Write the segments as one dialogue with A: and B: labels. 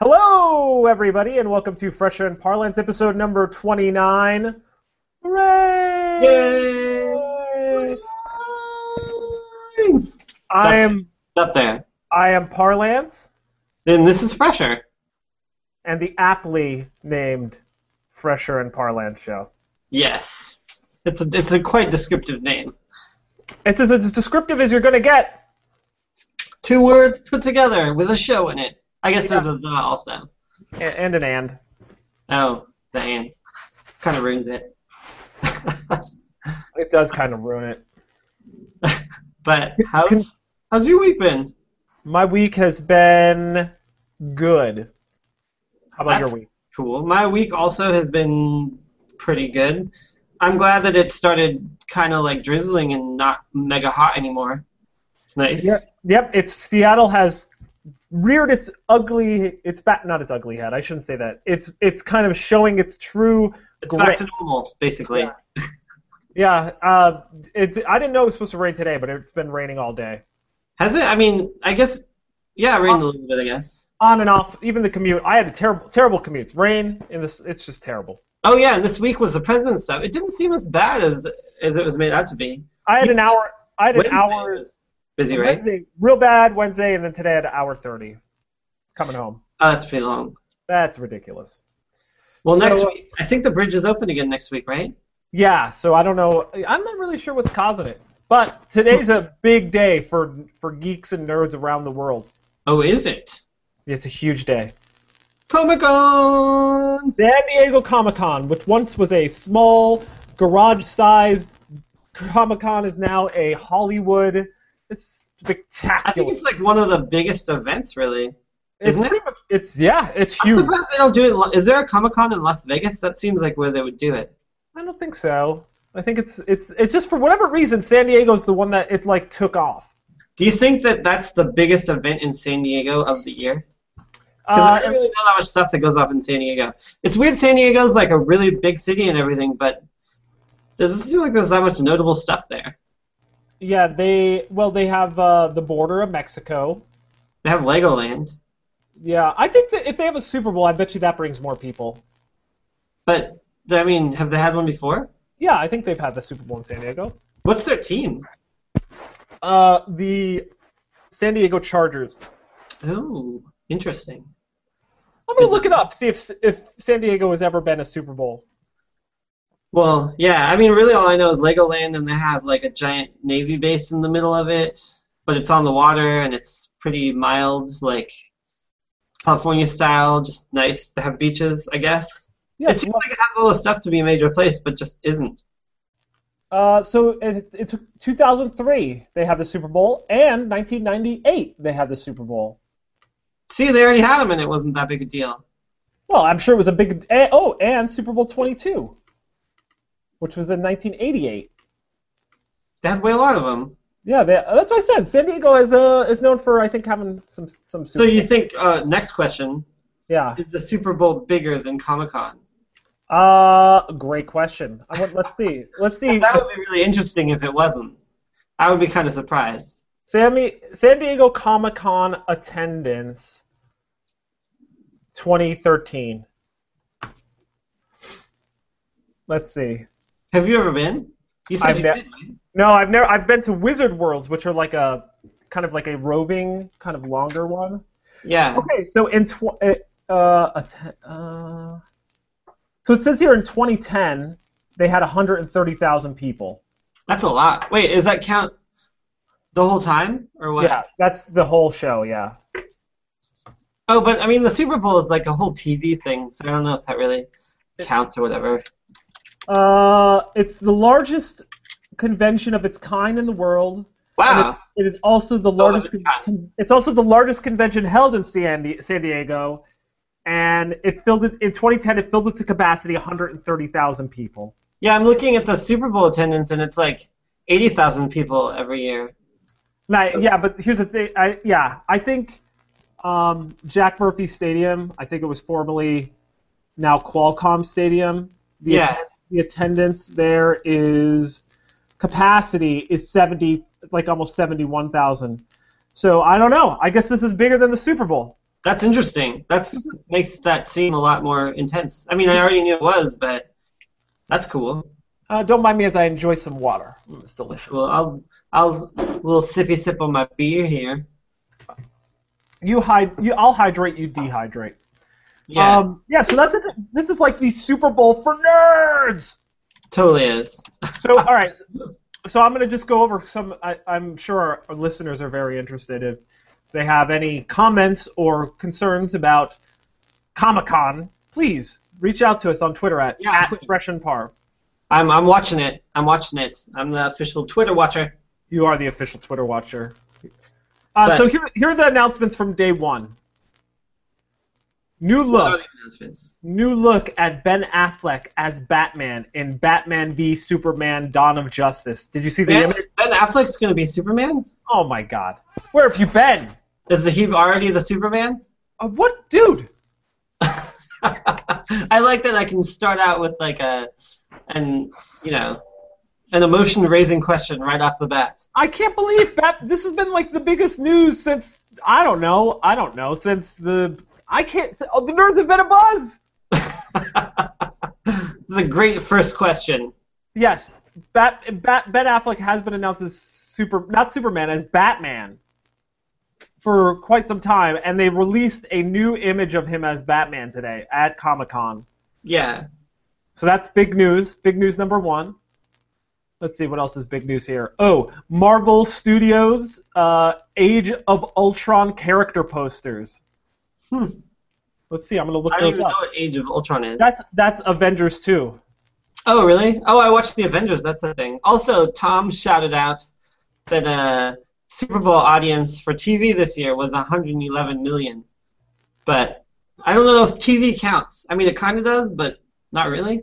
A: Hello, everybody, and welcome to Fresher in Parlance, episode number 29. Hooray!
B: Yay! It's
A: I am
B: up there.
A: I am Parlance,
B: Then this is fresher.
A: and the aptly named Fresher in Parlance show.
B: Yes. It's a, it's a quite descriptive name.
A: It's as, as descriptive as you're going to get.
B: Two words put together with a show in it. I guess there's a the also.
A: A- And an and.
B: Oh, the and. Kind of ruins it.
A: It does kind of ruin it.
B: but how's, how's your week been?
A: My week has been good. How about
B: That's-
A: your week?
B: Cool. My week also has been pretty good. I'm glad that it started kind of like drizzling and not mega hot anymore. It's nice.
A: Yep, yep. It's Seattle has reared its ugly. It's back, not its ugly head. I shouldn't say that. It's it's kind of showing its true.
B: It's back
A: Great.
B: to normal, basically.
A: Yeah. Yeah. Uh, it's. I didn't know it was supposed to rain today, but it's been raining all day,
B: Has it? I mean, I guess. Yeah, it rained a little bit. I guess.
A: on and off. Even the commute. I had a terrible, terrible commute. It's rain, and this. It's just terrible.
B: Oh yeah, and this week was the president's stuff. It didn't seem as bad as as it was made out to be.
A: I had an hour. I had an
B: Wednesday
A: hour.
B: was busy, right?
A: Wednesday, real bad Wednesday, and then today I had an hour thirty. Coming home.
B: Oh, that's pretty long.
A: That's ridiculous.
B: Well,
A: So,
B: next
A: uh,
B: week, I think the bridge is open again next week, right?
A: Yeah, so I don't know. I'm not really sure what's causing it. But today's a big day for for geeks and nerds around the world.
B: Oh, is it?
A: It's a huge day.
B: Comic Con.
A: San Diego Comic Con, which once was a small garage-sized Comic Con, is now a Hollywood. It's
B: I
A: spectacular.
B: think it's like one of the biggest events, really.
A: It's
B: isn't it?
A: pretty much- It's yeah, it's
B: I'm
A: huge.
B: surprised they don't do it. in La- Is there a Comic Con in Las Vegas? That seems like where they would do it.
A: I don't think so. I think it's it's it's just for whatever reason San Diego's the one that it like took off.
B: Do you think that that's the biggest event in San Diego of the year? Because
A: Uh,
B: I don't really know that much stuff that goes off in San Diego. It's weird. San Diego's like a really big city and everything, but doesn't seem like there's that much notable stuff there.
A: yeah, they well they have uh, the border of Mexico.
B: They have Legoland,
A: Yeah, I think that if they have a Super Bowl, I bet you that brings more people.
B: but I mean, have they had one before?
A: Yeah, I think they've had the Super Bowl in San Diego.
B: What's their team?
A: Uh, the San Diego Chargers.
B: Oh, interesting.
A: I'm gonna look it up, see if if San Diego has ever been a Super Bowl.
B: Well, yeah. I mean, really, all I know is Legoland, and they have like a giant navy base in the middle of it, but it's on the water and it's pretty mild, like California style, just nice. They have beaches, I guess.
A: Yeah.
B: it seems like it has all the stuff to be a major place, but just isn't.
A: Uh, so it, it's 2003 they had the Super Bowl, and 1998 they had the Super Bowl.
B: See, they already had them, and it wasn't that big a deal.
A: Well, I'm sure it was a big. eh, Oh, and Super Bowl 22, which was in 1988.
B: They had way a lot of them.
A: Yeah, they, that's what I said. San Diego is uh is known for I think having some some
B: So
A: Super.
B: you think? Uh, next question:
A: yeah.
B: Is the Super Bowl bigger than Comic Con?
A: Uh, great question. I want, let's see. Let's see.
B: That would be really interesting if it wasn't. I would be kind of surprised.
A: Sammy, San Diego Comic Con attendance 2013. Let's see.
B: Have you ever been? You said
A: I've
B: you've
A: ne-
B: been. right?
A: No, I've never. I've been to Wizard Worlds, which are like a kind of like a roving, kind of longer one.
B: Yeah.
A: Okay, so in tw- uh, uh, atten- uh, so it says here in 2010 they had 130,000 people.
B: That's a lot. Wait, is that count the whole time or what?
A: Yeah, that's the whole show. Yeah.
B: Oh, but I mean, the Super Bowl is like a whole TV thing, so I don't know if that really counts or whatever.
A: Uh, it's the largest convention of its kind in the world. And
B: Wow.
A: it's, it is also the
B: of
A: largest.
B: its
A: Con-
B: kind.
A: con- it's also the largest convention held in San, Di- San Diego, and it filled it in 2010. It filled it to capacity 130,000 people.
B: Yeah, I'm looking at the Super Bowl attendance, and it's like 80,000 people every year.
A: Now,
B: So-
A: yeah, but here's the thing. I, yeah, I think um, Jack Murphy Stadium. I think it was formerly now Qualcomm Stadium. The
B: Yeah.
A: atten- the attendance there is capacity is 70, like almost 71,000. So I don't know. I guess this is bigger than the Super Bowl.
B: That's interesting. That's makes that seem a lot more intense. I mean, I already knew it was, but that's cool.
A: Uh, don't mind me as I enjoy some water. Mm, it's delicious.
B: Well, I'll I'll a little sippy sip on my beer here.
A: You hide. You, I'll hydrate. You dehydrate.
B: Yeah,
A: Um, yeah. So that's it. This is like the Super Bowl for nerds.
B: totally is.
A: So all right. So I'm gonna just go over some. I, I'm sure our, our listeners are very interested if they have any comments or concerns about Comic Con. Please reach out to us on Twitter at,
B: Yeah,
A: at
B: please.
A: Fresh and Par.
B: I'm I'm watching it. I'm watching it. I'm the official Twitter watcher.
A: You are the official Twitter watcher. Uh,
B: But-
A: so here, here are the announcements from day one. New
B: What are
A: look,
B: the announcements?
A: new look at Ben Affleck as Batman in Batman v Superman: Dawn of Justice. Did you see the
B: Ben,
A: image?
B: ben Affleck's gonna be Superman.
A: Oh my God, where have you been?
B: Is he already the Superman?
A: Uh, what, dude?
B: I like that I can start out with like a, an you know, an emotion raising question right off the bat.
A: I can't believe Bat- this has been like the biggest news since I don't know, I don't know, since the I can't. Oh, the nerds have been a buzz.
B: this is a great first question.
A: Yes, Bat, Bat, Ben Affleck has been announced as super, not Superman, as Batman for quite some time, and they released a new image of him as Batman today at Comic Con.
B: Yeah.
A: So that's big news. Big news number one. Let's see what else is big news here. Oh, Marvel Studios uh, Age of Ultron character posters.
B: Hmm.
A: Let's see. I'm gonna look
B: I don't
A: those
B: even know
A: up.
B: what Age of Ultron is.
A: That's that's Avengers 2.
B: Oh, really? Oh, I watched the Avengers. That's the thing. Also, Tom shouted out that uh, Super Bowl audience for TV this year was 111 million. But I don't know if TV counts. I mean, it kind of does, but not really.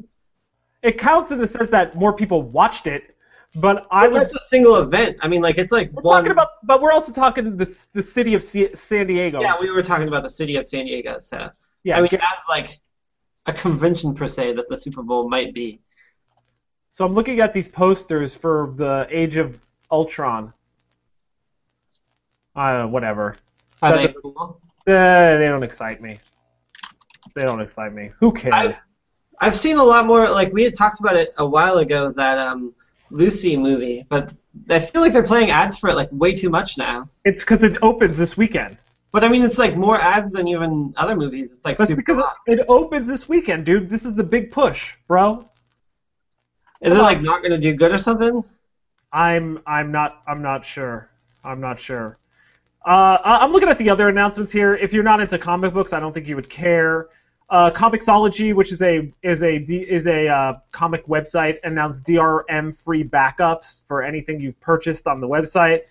A: It counts in the sense that more people watched it, but I would
B: That's a single event. I mean, like it's like
A: We're
B: one.
A: talking about, but we're also talking the the city of C- San Diego.
B: yeah, we were talking about the city of San Diego. So
A: Yeah,
B: I mean,
A: get-
B: as like a convention per se that the Super Bowl might be.
A: so I'm looking at these posters for the Age of Ultron. Uh, whatever.
B: Are
A: That's
B: they
A: a-
B: cool?
A: Uh, they don't excite me. They don't excite me. Who cares?
B: I've seen a lot more. Like we had talked about it a while ago, that um, Lucy movie, but I feel like they're playing ads for it like way too much now.
A: It's because it opens this weekend.
B: But I mean, it's like more ads than even other movies. It's like
A: That's
B: super.
A: because it, it opens this weekend, dude. This is the big push, bro.
B: Is it like not gonna do good or something?
A: I'm I'm not I'm not sure. I'm not sure. Uh, I- I'm looking at the other announcements here. If you're not into comic books, I don't think you would care. Uh, Comixology, which is a is a D, is a uh, comic website, announced DRM free backups for anything you've purchased on the website.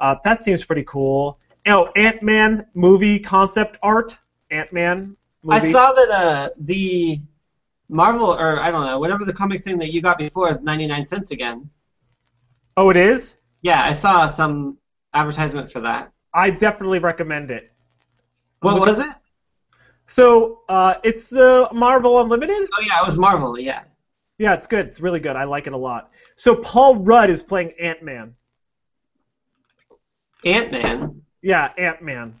A: Uh, that seems pretty cool. Oh, Ant Man movie concept art. Ant Man movie.
B: I saw that uh, the Marvel or I don't know whatever the comic thing that you got before is 99 cents again.
A: Oh, it is.
B: Yeah, I saw some advertisement for that.
A: I definitely recommend it.
B: What
A: Look-
B: was it?
A: So uh, it's the Marvel Unlimited.
B: Oh yeah, it was Marvel. Yeah.
A: Yeah, it's good. It's really good. I like it a lot. So Paul Rudd is playing Ant Man.
B: Ant Man.
A: Yeah, Ant Man.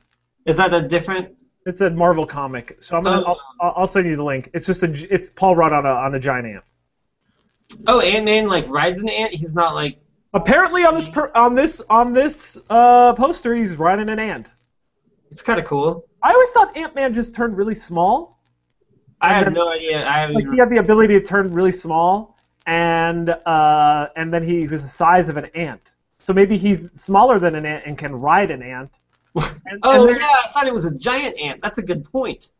B: Is that a different?
A: It's a Marvel comic. So I'm gonna.
B: Oh.
A: I'll, I'll send you the link. It's just a. gi- It's Paul Rudd on a on a giant ant.
B: Oh, Ant Man like rides an ant. He's not like.
A: Apparently on this per, on this on this uh, poster he's riding an ant.
B: It's kind of cool.
A: I always thought Ant Man just turned really small.
B: I
A: And
B: have
A: then-
B: no idea. I haven't.
A: Like he
B: Even,
A: had the ability to turn really small, and uh, and then he was the size of an ant. So maybe he's smaller than an ant and can ride an ant. And-
B: oh
A: and
B: yeah,
A: there-
B: I thought it was a giant ant. That's a good point.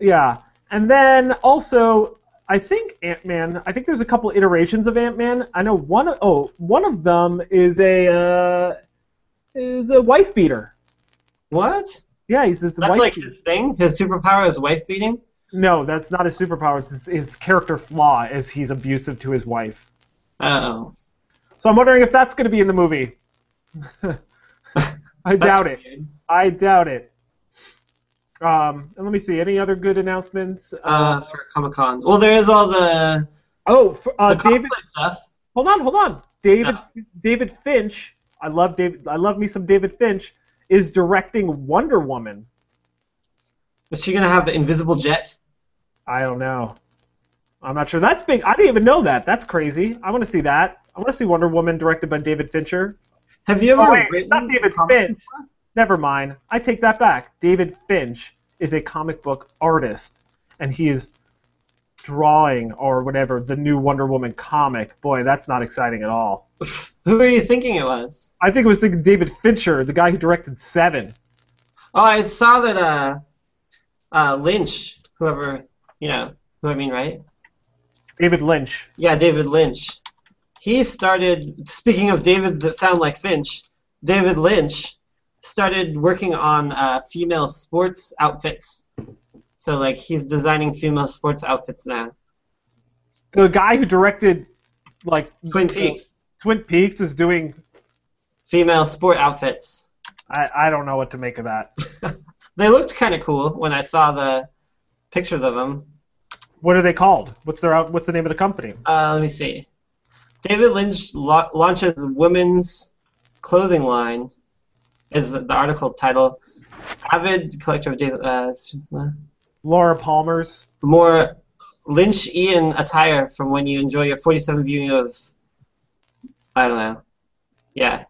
A: Yeah, and then also I think Ant Man. I think there's a couple iterations of Ant Man. I know one. of- Oh, one of them is a uh, is a wife beater.
B: What?
A: Yeah, he's this
B: That's
A: wife.
B: like
A: beater.
B: his thing. His superpower is wife beating.
A: No, that's not his superpower. It's his, his character flaw is he's abusive to his wife.
B: Oh.
A: So I'm wondering if that's going to be in the movie. I doubt it. I doubt it. Um, and let me see. Any other good announcements?
B: Uh, for Comic Con. Well, there is all the,
A: oh, for, uh,
B: the
A: David.
B: cosplay stuff.
A: Hold on, hold on. David David Finch, I love David I love me some David Finch, is directing Wonder Woman.
B: Is she gonna have the invisible jet?
A: I don't know. I'm not sure. That's big. I didn't even know that. That's crazy. I want to see that. I want to see Wonder Woman directed by David Fincher.
B: Have you ever
A: Oh, wait,
B: written
A: not David
B: a comic
A: Finch.
B: before?
A: Never mind. I take that back. David Finch is a comic book artist, and he is drawing or whatever the new Wonder Woman comic. Boy, that's not exciting at all.
B: Who are you thinking it was?
A: I think it was thinking David Fincher, the guy who directed Seven.
B: Oh, I saw that uh, uh, Lynch, whoever you know, who I mean, right?
A: David Lynch.
B: Yeah, David Lynch. He started, speaking of Davids that sound like Finch, David Lynch started working on uh, female sports outfits. So, like, he's designing female sports outfits now.
A: The guy who directed like uh,
B: Twin Peaks,
A: Twin Peaks is doing
B: female sport outfits.
A: I, I don't know what to make of that.
B: They looked kind of cool when I saw the pictures of them.
A: What are they called? What's their out, what's the name of the company?
B: Uh, let me see. David Lynch la- launches women's clothing line, is the, the article title. Avid collector of David. Uh,
A: Laura Palmer's.
B: more Lynchian attire from when you enjoy your 47 viewing of. I don't know. Yeah,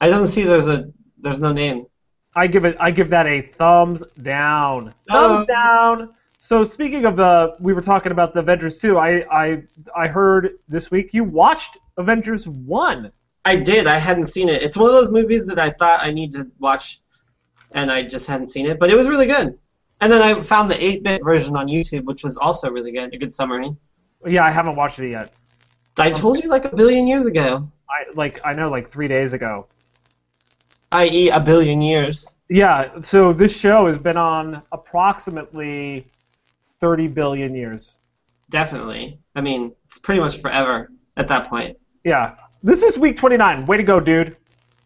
B: I doesn't see there's a there's no name.
A: I give it I give that a thumbs down.
B: Oh.
A: Thumbs down. So speaking of the we were talking about the Avengers 2, I I I heard this week you watched Avengers 1.
B: I did. I hadn't seen it. It's one of those movies that I thought I need to watch, and I just hadn't seen it. But it was really good. And then I found the 8-bit version on YouTube, which was also really good. A good summary.
A: Yeah, I haven't watched it yet.
B: I told you like a billion years ago,
A: I like I know like 3 days ago.
B: i.e., a billion years.
A: Yeah, so this show has been on approximately 30 billion years.
B: Definitely. I mean, it's pretty much forever at that point.
A: Yeah. This is week 29. Way to go, dude.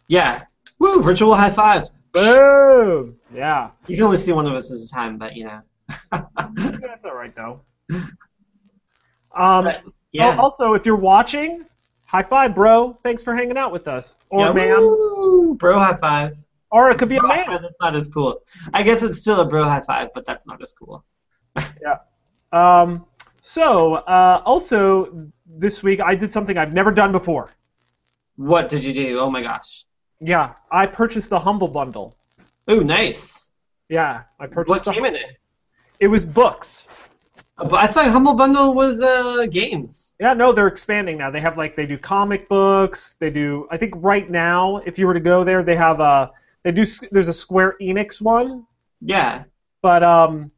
B: Yeah. Woo! Virtual high five.
A: Boom. Yeah.
B: You can only see one of us at a time, but you know.
A: That's all right, though. Um,
B: But, yeah.
A: al- Also, if you're watching, high five, bro. Thanks for hanging out with us. Or
B: yeah,
A: oh, ma'am.
B: woo, Bro high five.
A: Or it could be a
B: Bro high
A: man.
B: five, That's not as cool. I guess it's still a bro high five, but that's not as cool.
A: Um, so, uh, also, this week I did something I've never done before.
B: What did you do? Oh my gosh.
A: Yeah. I purchased the Humble Bundle.
B: Ooh, nice.
A: Yeah. I
B: What
A: purchased the
B: came in it?
A: It was books.
B: Uh, but I thought Humble Bundle was uh, games.
A: Yeah, no, they're expanding now. They have like they do comic books. They do. I think right now, if you were to go there, they have a they do. s- There's a Square Enix one,
B: Yeah.
A: but um,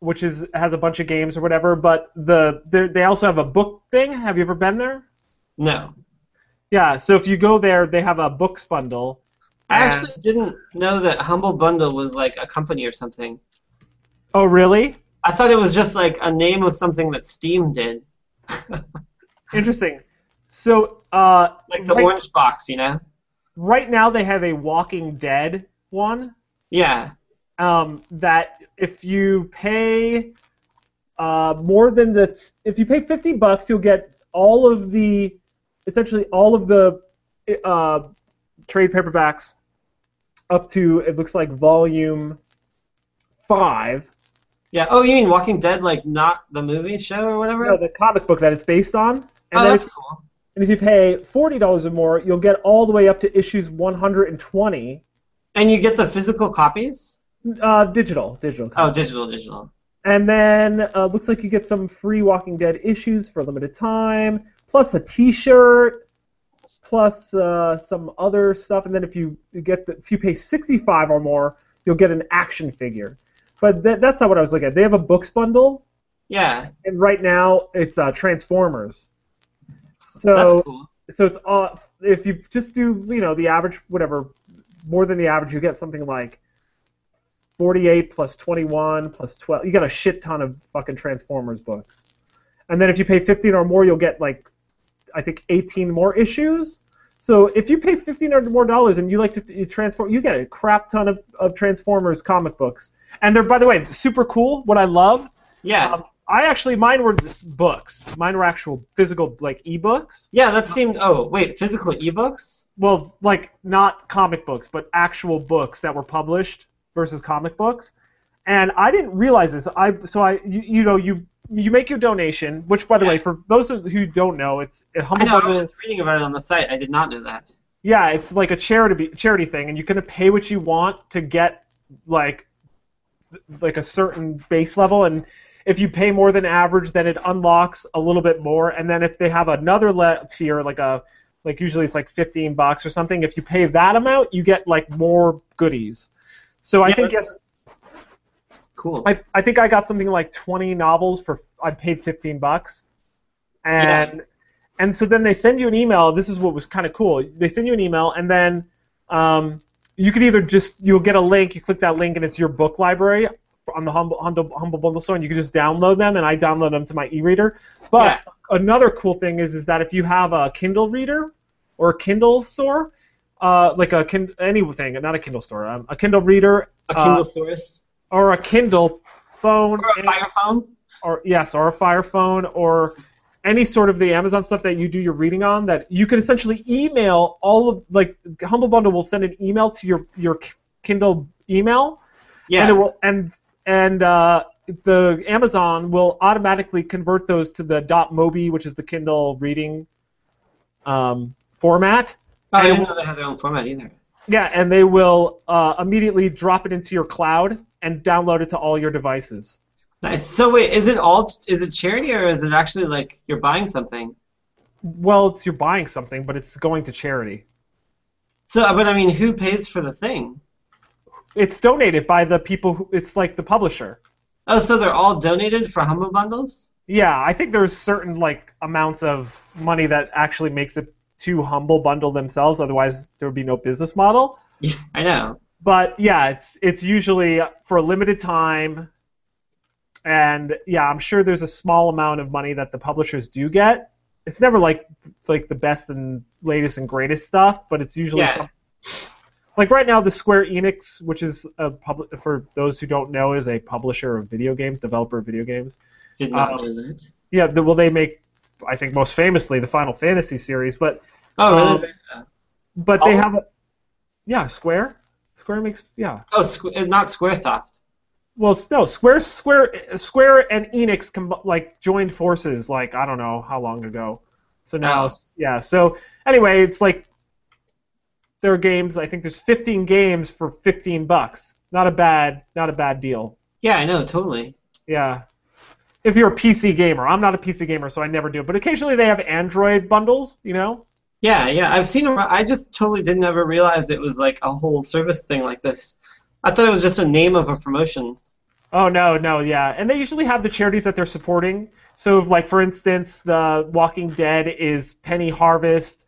A: which is has a bunch of games or whatever. But the they're- they also have a book thing. Have you ever been there?
B: No.
A: Yeah. So if you go there, they have a books bundle.
B: I
A: And-
B: actually didn't know that Humble Bundle was like a company or something.
A: Oh, really?
B: I thought it was just like a name of something that Steam did.
A: Interesting. So uh,
B: Like the
A: Right.
B: orange box, you know?
A: right now they have a Walking Dead one.
B: Yeah.
A: um, that if you pay uh, more than the if you pay 50 bucks you'll get all of the essentially all of the uh, trade paperbacks up to it looks like volume 5
B: Yeah. Oh, you mean Walking Dead, like not the movie show or whatever?
A: no, uh, the comic book that it's based on and,
B: oh,
A: then
B: that's
A: if,
B: cool.
A: and if you pay $40 or more you'll get all the way up to issues 120
B: And you get the physical copies?
A: uh, digital digital comic.
B: Oh, digital, digital.
A: And then uh, looks like you get some free Walking Dead issues for a limited time, plus a T-shirt, plus uh, some other stuff. And then if you get the, if you pay 65 or more, you'll get an action figure. But that, that's not what I was looking at. They have a books bundle,
B: Yeah,
A: and right now it's uh, Transformers.
B: that's
A: So
B: cool.
A: so it's all if you just do you know the average whatever more than the average you get something like 48 plus 21 plus 12 you got a shit ton of fucking transformers books and then if you pay 15 or more you'll get like i think 18 more issues so if you pay 15 or more dollars and you like to you transform you get a crap ton of, of transformers comic books and they're by the way super cool what i love
B: Yeah,
A: um, i actually mine were just books mine were actual physical like ebooks
B: yeah, that seemed. Oh, wait, physical ebooks?
A: well, like not comic books, but actual books that were published versus comic books. and I didn't realize this. I so I you, you know you you make your donation, which by the
B: Yeah.
A: way, for those who don't know, it's a
B: I
A: humble
B: know. I was
A: bundle.
B: just reading about it on the site. I did not know that.
A: Yeah, it's like a charity charity thing, and you can pay what you want to get like th- like a certain base level, and if you pay more than average, then it unlocks a little bit more, and then if they have another le- tier, like a like usually it's like 15 bucks or something, if you pay that amount, you get like more goodies. So I
B: Yeah,
A: think
B: that's-
A: yes,
B: Cool.
A: I, I think I got something like 20 novels for I paid 15 bucks, and and so then they send you an email. This is what was kind of cool. They send you an email, and then um, you could either just you'll get a link. You click that link, and it's your book library on the humble humble, humble bundle store, and you can just download them. And I download them to my e-reader. But another cool thing is is that if you have a Kindle reader or a Kindle store, uh, like a kin- anything, not a Kindle store, um, a Kindle reader
B: a
A: uh,
B: Kindle Source
A: or a Kindle phone,
B: or a
A: and-
B: Fire Phone.
A: or yes, or a Fire phone, or any sort of the Amazon stuff that you do your reading on, that you can essentially email all of like Humble Bundle will send an email to your your Kindle email,
B: Yeah.
A: and it will and and uh, the Amazon will automatically convert those to the .mobi, which is the Kindle reading um, format.
B: Oh, I
A: and-
B: didn't know they had their own format either.
A: Yeah, and they will uh, immediately drop it into your cloud and download it to all your devices.
B: Nice. So wait, is it all? Is it charity or is it actually like you're buying something?
A: Well, it's you're buying something, but it's going to charity.
B: So, uh, but I mean, who pays for the thing?
A: It's donated by the people who it's like the publisher.
B: Oh, so they're all donated for Humble Bundles?
A: Yeah, I think there's certain like amounts of money that actually makes it to Humble Bundle themselves, otherwise there would be no business model.
B: Yeah, I know.
A: But yeah, it's it's usually for a limited time and yeah, I'm sure there's a small amount of money that the publishers do get. It's never like like the best and latest and greatest stuff, but it's usually
B: Yeah.
A: some, like right now the Square Enix, which is a public for those who don't know, is a publisher of video games, developer of video games.
B: Did not
A: Um,
B: know that.
A: Yeah, the, well they make I think most famously the Final Fantasy series, but
B: Oh, really?
A: um, but they
B: Oh.
A: have a yeah Square Square makes yeah
B: oh, squ- uh, not SquareSoft.
A: Well, s- no, Square, Square, Square, and Enix com- like joined forces. Like I don't know how long ago. So now,
B: Oh.
A: yeah. So anyway, it's like there are games. I think there's 15 games for 15 bucks. Not a bad, not a bad deal.
B: Yeah, I know, totally.
A: Yeah. If you're a PC gamer, I'm not a PC gamer, so I never do. But occasionally they have Android bundles. You know?
B: Yeah, yeah, I've seen them. I just totally didn't ever realize it was like a whole service thing like this. I thought it was just a name of a promotion.
A: Oh no, no, yeah. And they usually have the charities that they're supporting. So like for instance, the Walking Dead is Penny Harvest,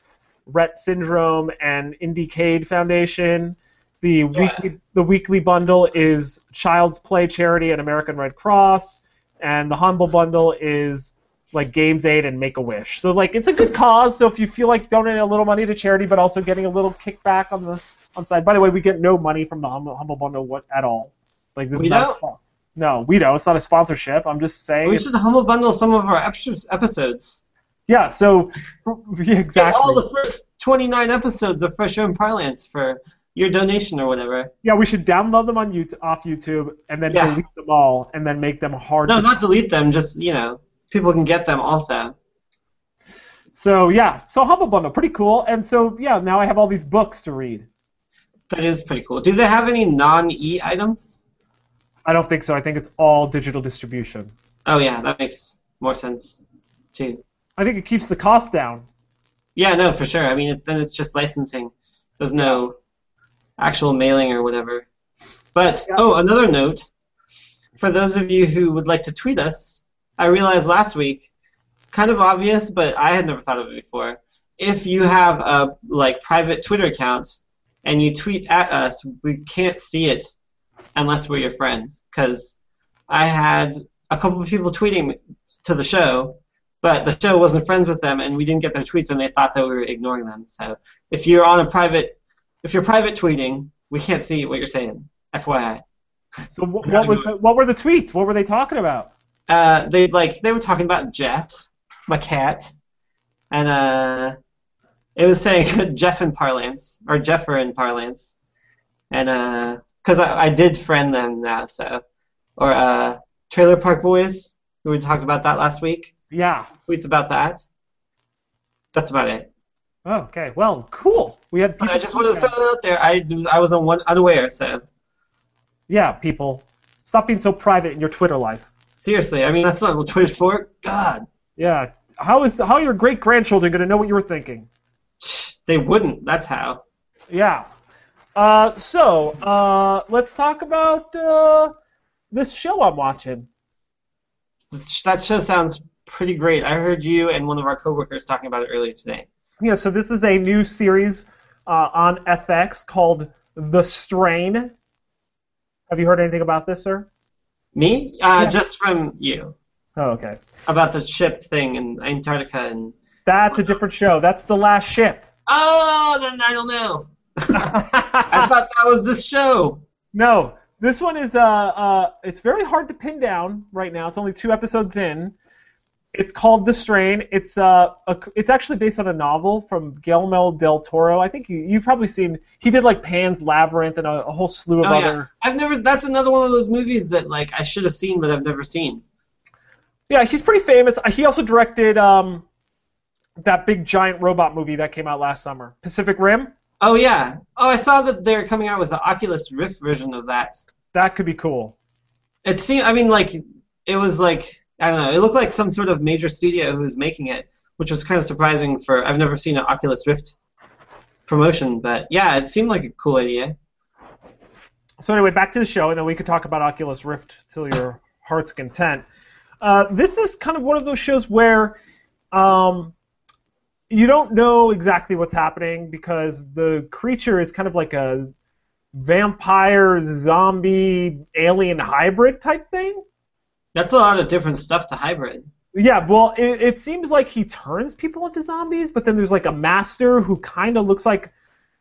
A: Rett Syndrome, and Indiecade Foundation. The weekly the weekly bundle is Child's Play Charity and American Red Cross, and the Humble Bundle is like Games Aid and Make a Wish. So like it's a good cause. So if you feel like donating a little money to charity, but also getting a little kickback on the on side. By the way, we get no money from the Humble, Humble Bundle what, at all. Like this
B: We
A: is not.
B: don't?
A: a spon- No, we don't. It's not a sponsorship. I'm just saying.
B: We should humble bundle some of our epi- episodes.
A: Yeah. So yeah,
B: Get
A: exactly.
B: all the first 29 episodes of Fresh Air and Parlance for your donation or whatever.
A: Yeah, we should download them on YouTube, off YouTube, and then
B: Yeah.
A: delete them all, and then make them hard.
B: No,
A: to-
B: not delete them. Just you know, people can get them also.
A: So yeah, so Humble Bundle, pretty cool. And so yeah, now I have all these books to read.
B: That is pretty cool. Do they have any non-e items?
A: I don't think so. I think it's all digital distribution.
B: Oh yeah, that makes more sense too.
A: I think it keeps the cost down.
B: Yeah, no, for sure. I mean, it, then it's just licensing. There's no actual mailing or whatever. But
A: Yeah.
B: oh, another note for those of you who would like to tweet us. I realized last week, kind of obvious, but I had never thought of it before. If you have a like private Twitter account and you tweet at us, we can't see it unless we're your friend. Because I had a couple of people tweeting to the show but the show wasn't friends with them and we didn't get their tweets and they thought that we were ignoring them so if you're on a private if you're private tweeting we can't see what you're saying fyi
A: So wh-
B: Yeah, I
A: what was
B: know.
A: the, what were the tweets? What were they talking about?
B: uh, they like they were talking about jeff my cat and uh, it was saying jeff in parlance or uh, jeffer in parlance and because I, I did friend them now so or uh, Trailer Park Boys. We talked about that last week.
A: Yeah.
B: Tweets about that. That's about it.
A: Oh, okay. Well, cool. We had
B: But
A: people.
B: I just wanted to throw that out there. I was I was on one unaware, so
A: Yeah, people. Stop being so private in your Twitter life.
B: seriously, I mean that's not what Twitter's for. God,
A: Yeah. How is how are your great grandchildren gonna know what you were thinking?
B: they wouldn't. That's how.
A: Yeah. Uh, so uh, let's talk about uh, this show I'm watching.
B: This- That show sounds pretty great. I heard you and one of our coworkers talking about it earlier today.
A: Yeah. So this is a new series uh, on FX called The Strain. Have you heard anything about this, sir?
B: Me? Uh,
A: Yeah.
B: Just from you
A: Oh, okay.
B: about the ship thing in Antarctica and
A: That's a different show. That's the last ship.
B: oh, then I don't know.
A: Ah.
B: I thought that was the show.
A: No, this one is uh, uh, it's very hard to pin down right now. It's only two episodes in. It's called The Strain. It's uh, a, it's actually based on a novel from Guillermo del Toro. I think you you've probably seen. He did like Pan's Labyrinth and a, a whole slew of
B: Oh, yeah.
A: other.
B: I've never. That's another one of those movies that like I should have seen but I've never seen.
A: Yeah, he's pretty famous. Uh, He also directed um, that big giant robot movie that came out last summer, Pacific Rim.
B: Oh yeah. Oh, I saw that they're coming out with the Oculus Rift version of that.
A: That could be cool.
B: It seemed. I mean, like it was like I don't know. It looked like some sort of major studio who was making it, which was kind of surprising. For I've never seen an Oculus Rift promotion, but yeah, it seemed like a cool idea.
A: So anyway, back to the show, and then we could talk about Oculus Rift till your heart's content. Uh, this is kind of one of those shows where um, you don't know exactly what's happening because the creature is kind of like a vampire, zombie, alien hybrid type thing.
B: That's a lot of different stuff to hybrid.
A: Yeah, well, it, it seems like he turns people into zombies, but then there's like a master who kind of looks like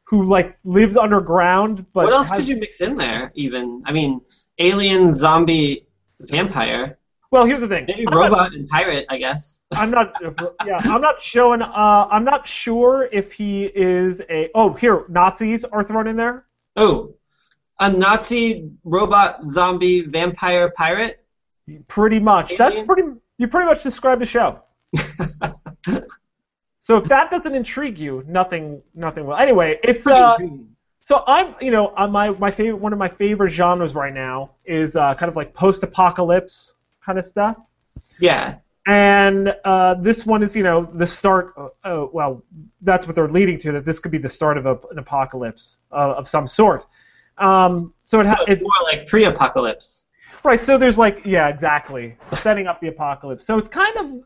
A: who like lives underground, but
B: what else
A: has-
B: could you mix in there? Even I mean, alien, zombie, vampire,
A: well, here's the thing.
B: maybe
A: I'm not
B: robot and pirate, I guess.
A: I'm not. Yeah, I'm not showing. Uh, I'm not sure if he is a. Oh, here, Nazis are thrown in there.
B: Oh, a Nazi robot, zombie, vampire, pirate.
A: Pretty much. That's
B: Alien?
A: pretty. You pretty much described the show. so if that doesn't intrigue you, nothing, nothing will. Anyway, it's. Uh, so I'm, you know, uh, my my favorite one of my favorite genres right now is uh, kind of like post-apocalypse kind of stuff.
B: yeah.
A: And uh, this one is, you know, the start. Uh, oh, well, that's what they're leading to. That this could be the start of a, an apocalypse uh, of some sort. Um, so it, ha-
B: So
A: it
B: it's more like pre-apocalypse.
A: right. So there's like, yeah, exactly, setting up the apocalypse. So it's kind of,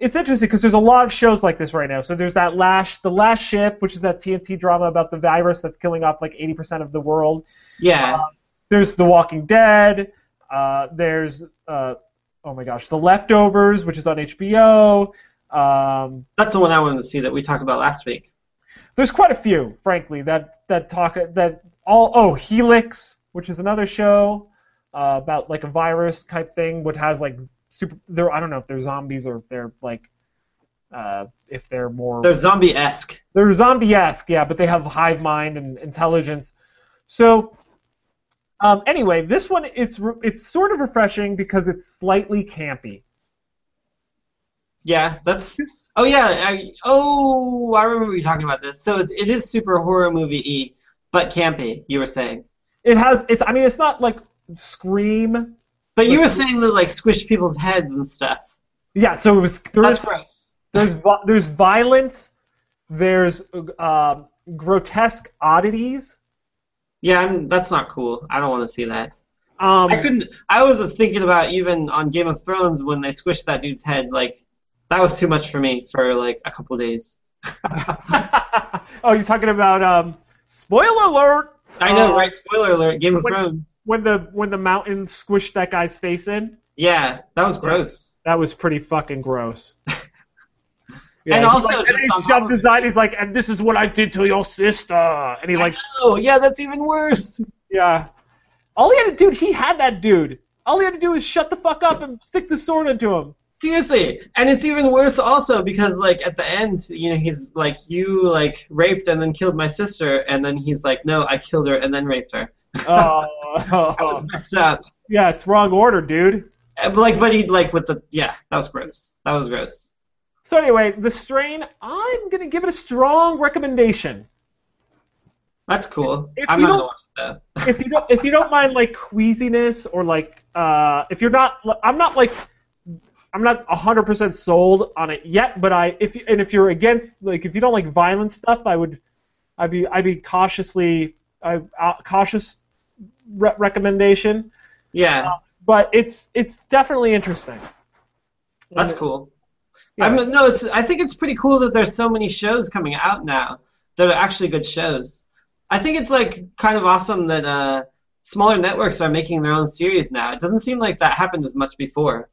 A: it's interesting because there's a lot of shows like this right now. So there's that last, the last ship, which is that TNT drama about the virus that's killing off like 80% of the world.
B: Yeah.
A: There's The Walking Dead. Uh, there's, uh, oh my gosh, The Leftovers, which is on HBO. Um,
B: That's the one I wanted to see that we talked about last week.
A: there's quite a few, frankly, that that talk that all oh Helix, which is another show uh, about like a virus type thing, which has like super. They're, I don't know if they're zombies or if they're like uh, if they're more
B: They're zombie-esque.
A: they're zombie-esque, yeah, but they have hive mind and intelligence. So um, anyway, this one it's re- it's sort of refreshing because it's slightly campy.
B: Yeah, that's. Oh yeah. I, oh, I remember you talking about this. So it's, it is super horror movie-y, but campy. You were saying.
A: It has it's I mean it's not like Scream.
B: But you were saying that like squish people's heads and stuff.
A: Yeah, so it was there
B: That's
A: is-
B: gross.
A: there's vi- there's violence, there's um grotesque oddities.
B: Yeah, I'm, that's not cool. I don't want to see that.
A: Um,
B: I couldn't. I was just thinking about even on Game of Thrones when they squished that dude's head. Like that was too much for me for like a couple days.
A: oh, you're talking about um, spoiler alert
B: I know,
A: Oh.
B: right? Spoiler alert. Game of
A: Wait.
B: Thrones.
A: when the when the mountain squished that guy's face in.
B: Yeah, that was gross.
A: That was pretty fucking gross. Yeah,
B: And
A: he's
B: also,
A: like,
B: just
A: and
B: on
A: he
B: top
A: shoved
B: of
A: his eye. He's like, and this is what I did to your sister. And he like,
B: Oh yeah, that's even worse.
A: yeah. All he had to do, he had that dude. All he had to do was shut the fuck up and stick the sword into him.
B: Seriously, and it's even worse also because like at the end, you know, he's like, "You like raped and then killed my sister," and then he's like, "No, I killed her and then raped her." That was
A: Oh,
B: messed up.
A: yeah, it's wrong order, dude.
B: Uh, but, Like, but he like with the yeah, that was gross. That was gross.
A: So anyway, the strain. I'm gonna give it a strong recommendation.
B: That's cool.
A: If
B: I'm
A: you
B: not gonna
A: don't-
B: watch that.
A: If you don't, if you don't mind like queasiness or like, uh, if you're not, I'm not like, I'm not 100% sold on it yet. But I, if you, and if you're against, like, if you don't like violent stuff, I would, I'd be, I'd be cautiously, I, uh, cautious re- recommendation.
B: yeah,
A: But it's, it's definitely interesting. Oh,
B: that's cool.
A: Yeah.
B: I'm no, it's. I think it's pretty cool that there's so many shows coming out now that are actually good shows. I think it's like kind of awesome that uh, smaller networks are making their own series now. It doesn't seem like that happened as much before.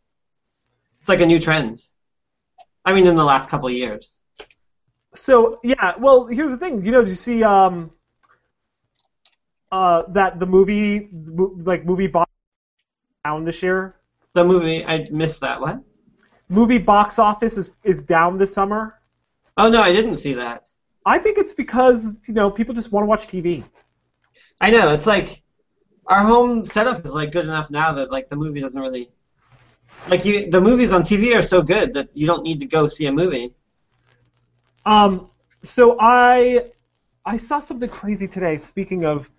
B: It's like a new trend. I mean, in the last couple of years.
A: So yeah, well, here's the thing. You know, did you see um, uh, that the movie, like movie box down this year?
B: The movie, I missed that. What?
A: Movie box office is is down this summer.
B: Oh no, I didn't see that.
A: I think it's because you know people just want to watch TV.
B: I know. It's like our home setup is like good enough now that like the movie doesn't really like you. The movies on TV are so good that you don't need to go see a movie.
A: Um, so I I saw something crazy today. Speaking of,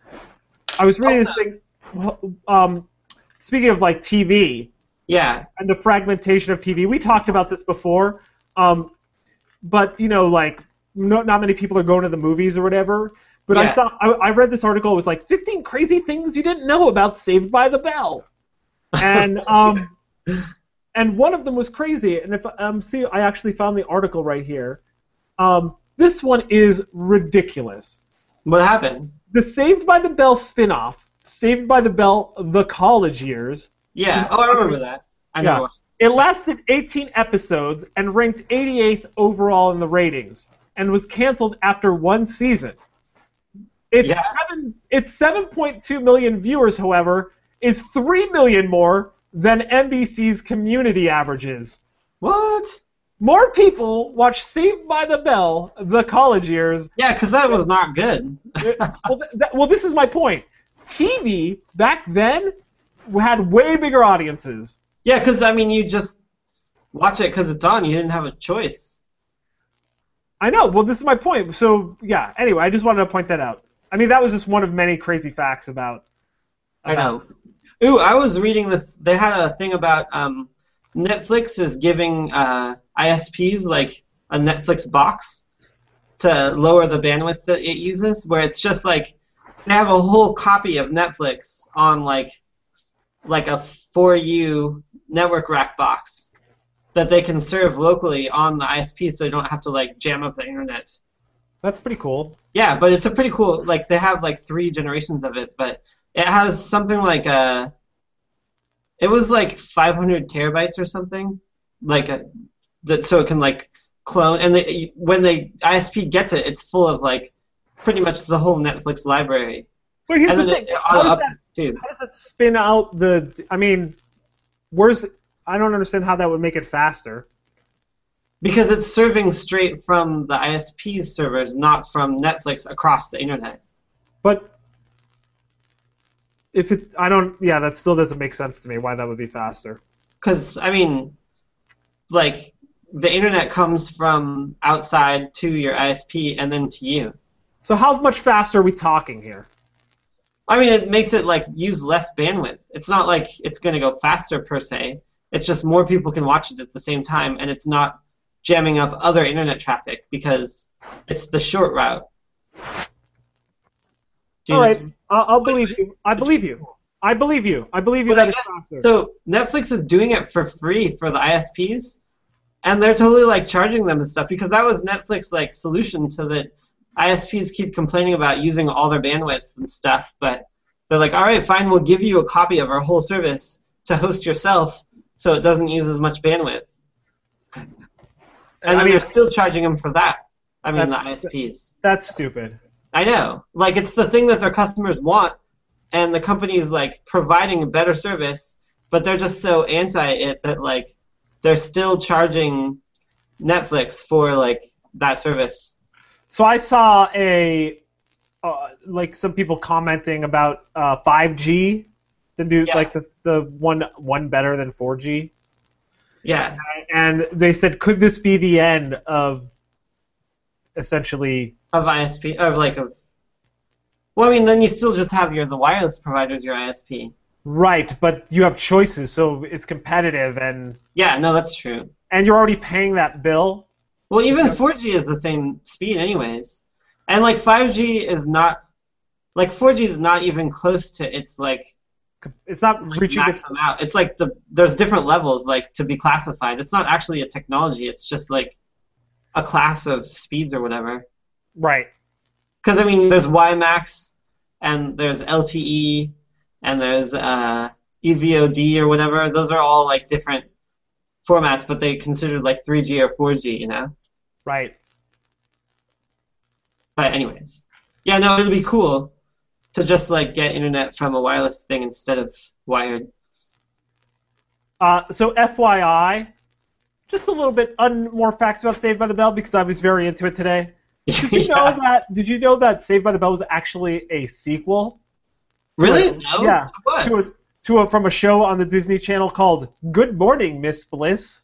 A: I was reading this thing. Um, speaking of like TV,
B: Yeah.
A: and the fragmentation of TV. We talked about this before, um, but you know, like no, not many people are going to the movies or whatever. But I
B: Yeah.
A: saw, I, I read this article. It was like 15 crazy things you didn't know about Saved by the Bell, and um, and one of them was crazy. And if um, see, I actually found the article right here. Um, this one is ridiculous.
B: What happened?
A: The Saved by the Bell spinoff, Saved by the Bell: The College Years,
B: Yeah. Oh, I remember that. I
A: Yeah.
B: never watched.
A: It lasted 18 episodes and ranked 88th overall in the ratings, and was canceled after one season. Its
B: Yeah.
A: seven, its 7.2 million viewers, however, is 3 million more than NBC's Community averages.
B: What?
A: More people watch Saved by the Bell, The College Years.
B: Yeah, because that was not good.
A: It- well, th- th- well, this is my point. TV back then had way bigger audiences.
B: Yeah, because I mean, you just watch it because it's on. You didn't have a choice.
A: I know. Well, this is my point. So yeah. Anyway, I just wanted to point that out. I mean, that was just one of many crazy facts about.
B: I know. Ooh, I was reading this. They had a thing about um, Netflix is giving uh, ISPs like a Netflix box to lower the bandwidth that it uses, where it's just like they have a whole copy of Netflix on like like a for you network rack box that they can serve locally on the ISP, so they don't have to like jam up the internet.
A: That's pretty cool.
B: Yeah, but it's a pretty cool. Like they have like three generations of it, but it has something like a. It was like 500 terabytes or something, like a, that. So it can like clone, and they, when they ISP gets it, it's full of like pretty much the whole Netflix library.
A: But here's
B: and
A: the
B: then
A: thing.
B: it-
A: How
B: on
A: does,
B: up
A: that,
B: too.
A: how does that spin out the? I mean, where's? I don't understand how that would make it faster.
B: Because it's serving straight from the ISP's servers, not from Netflix across the internet.
A: But if it's, I don't. Yeah, that still doesn't make sense to me. Why that would be faster?
B: because I mean, like the internet comes from outside to your ISP and then to you.
A: So how much faster are we talking here?
B: I mean, it makes it like use less bandwidth. It's not like it's going to go faster per se. It's just more people can watch it at the same time, and it's not jamming up other internet traffic because it's the short route. Do you
A: All
B: know-
A: right, I- I'll believe you. I believe you. I believe you. I believe you
B: But I
A: that it's
B: guess-
A: faster.
B: So Netflix is doing it for free for the ISPs, and they're totally like charging them and stuff because that was Netflix like solution to the ISPs keep complaining about using all their bandwidth and stuff, but they're like, all right, fine, we'll give you a copy of our whole service to host yourself, so it doesn't use as much bandwidth. And
A: I
B: then
A: mean-
B: they're still charging them for that. I mean, the
A: That's-
B: ISPs.
A: That's stupid.
B: I know. Like it's the thing that their customers want, and the company's like providing a better service, but they're just so anti it that like they're still charging Netflix for like that service.
A: So I saw a uh, like some people commenting about uh, 5G, the new
B: Yeah.
A: like the, the one one better than 4G,
B: Yeah,
A: and they said, could this be the end of essentially?
B: of ISP, of like of. Well, I mean, then you still just have your the wireless providers, your ISP.
A: Right, but you have choices, so it's competitive, and
B: Yeah, no, that's true.
A: and you're already paying that bill.
B: Well, even 4G is the same speed, anyways. And like 5G is not, like 4G is not even close to its like
A: It's not reaching its
B: maximum out. It's like the there's different levels like to be classified. It's not actually a technology. It's just like a class of speeds or whatever.
A: right.
B: Because I mean, there's WiMAX and there's LTE and there's uh, EVOD or whatever. Those are all like different formats, but they considered like 3G or 4G, you know.
A: Right.
B: But anyways, yeah, no, it'd be cool to just like get internet from a wireless thing instead of wired.
A: Uh, so FYI, just a little bit un- more facts about Saved by the Bell because I was very into it today. Did you know
B: Yeah.
A: that? Did you know that Saved by the Bell was actually a sequel
B: Really? No.
A: Yeah.
B: What?
A: to a, to a, from a show on the Disney Channel called Good Morning Miss Bliss?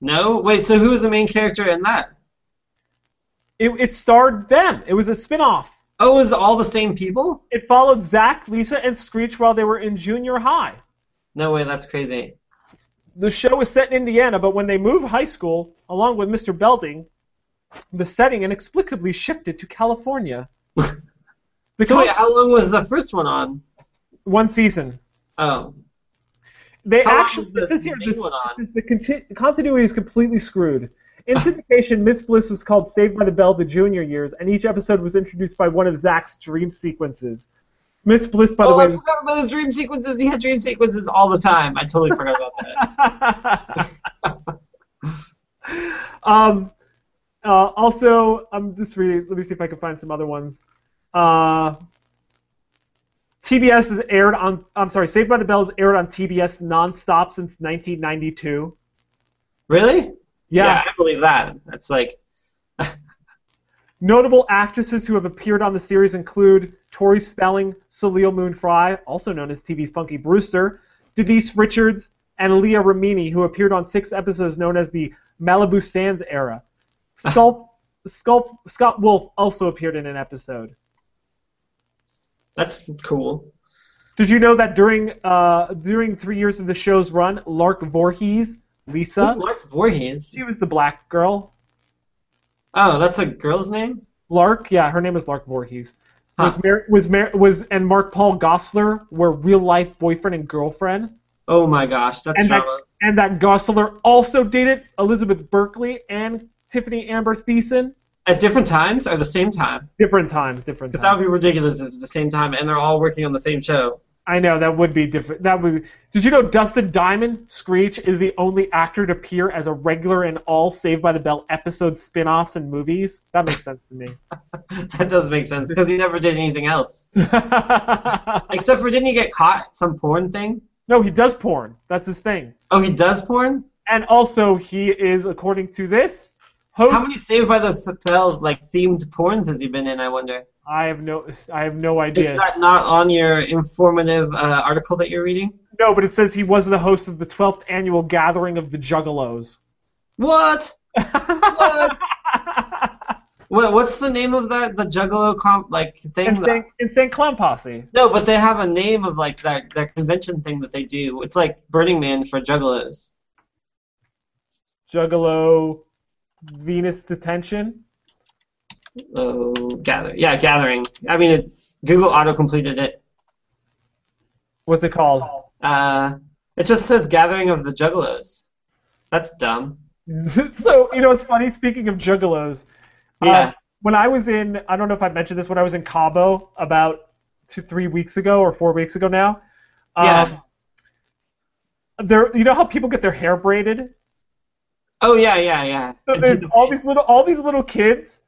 B: No. Wait. So who was the main character in that?
A: It, it starred them. It was a spin-off.
B: Oh, it was all the same people?
A: It followed Zach, Lisa, and Screech while they were in junior high.
B: No way. That's crazy.
A: The show is set in Indiana, but when they move high school, along with Mr. Belding, the setting inexplicably shifted to California. the
B: So wait,
A: concept-
B: how long was the first one on?
A: one season.
B: Oh.
A: They
B: How long
A: actually
B: was
A: it
B: the
A: says here
B: main
A: this,
B: one on?
A: this- the conti- continuity is completely screwed. In syndication, Miss Bliss was called Saved by the Bell the junior years, and each episode was introduced by one of Zach's dream sequences. Miss Bliss, by the
B: oh, I
A: way,
B: forgot about his dream sequences. He had dream sequences all the time. I totally forgot about that.
A: um, uh, also, I'm just reading. Let me see if I can find some other ones. Uh, TBS is aired on. I'm sorry, Saved by the Bell is aired on TBS nonstop since 1992.
B: Really?
A: Yeah.
B: I believe that. That's like,
A: Notable actresses who have appeared on the series include Tori Spelling, Salil Moon Frye, also known as TV's Punky Brewster, Denise Richards, and Leah Ramini, who appeared on six episodes known as the Malibu Sands era. Skull, Skull, Scott Wolf also appeared in an episode.
B: that's cool.
A: Did you know that during uh, during three years of the show's run, Lark Voorhees, Lisa,
B: Who's Lark Voorhees?
A: she was the black girl.
B: Oh, that's a girl's name?
A: Lark, yeah, her name is Lark Voorhees. Was
B: Huh.
A: mar- was mar- was and Mark Paul Gossler were real life boyfriend and girlfriend,
B: Oh my gosh, that's
A: And that-
B: drama.
A: and that Gossler also dated Elizabeth Berkley and Tiffany Amber Thiessen.
B: At different times or the same time?
A: Different times, different
B: Because that
A: times.
B: would be ridiculous if it's the same time and they're all working on the same show.
A: I know that would be different. That would. Be- Did you know Dustin Diamond Screech is the only actor to appear as a regular in all Saved by the Bell episodes, spin-offs, and movies? That makes sense to me.
B: that does make sense because he never did anything else. Except for didn't he get caught at some porn thing?
A: no, he does porn. That's his thing.
B: Oh, he does porn?
A: And also, he is, according to this, host.
B: How many Saved by the Bell like themed porns has he been in? I wonder.
A: I have no, I have no
B: Is
A: idea.
B: that not on your informative uh, article that you're reading?
A: no, but it says he was the host of the 12th annual gathering of the Juggalos.
B: What? what? What? What's the name of that the Juggalo comp like thing? that-
A: Insane, insane clown posse.
B: No, but they have a name of like that their convention thing that they do. It's like Burning Man for Juggalos.
A: Juggalo, Venus detention.
B: Oh, gather. Yeah, gathering. I mean, it, Google auto completed it.
A: What's it called?
B: Uh, it just says Gathering of the Juggalos. That's dumb.
A: so you know, it's funny. Speaking of Juggalos, uh,
B: Yeah.
A: when I was in, I don't know if I mentioned this, when I was in Cabo about two, three weeks ago or four weeks ago now. Um,
B: Yeah.
A: There, you know how people get their hair braided?
B: Oh yeah, yeah, yeah.
A: So
B: And
A: there's
B: hit the
A: all
B: face.
A: these little, all these little kids,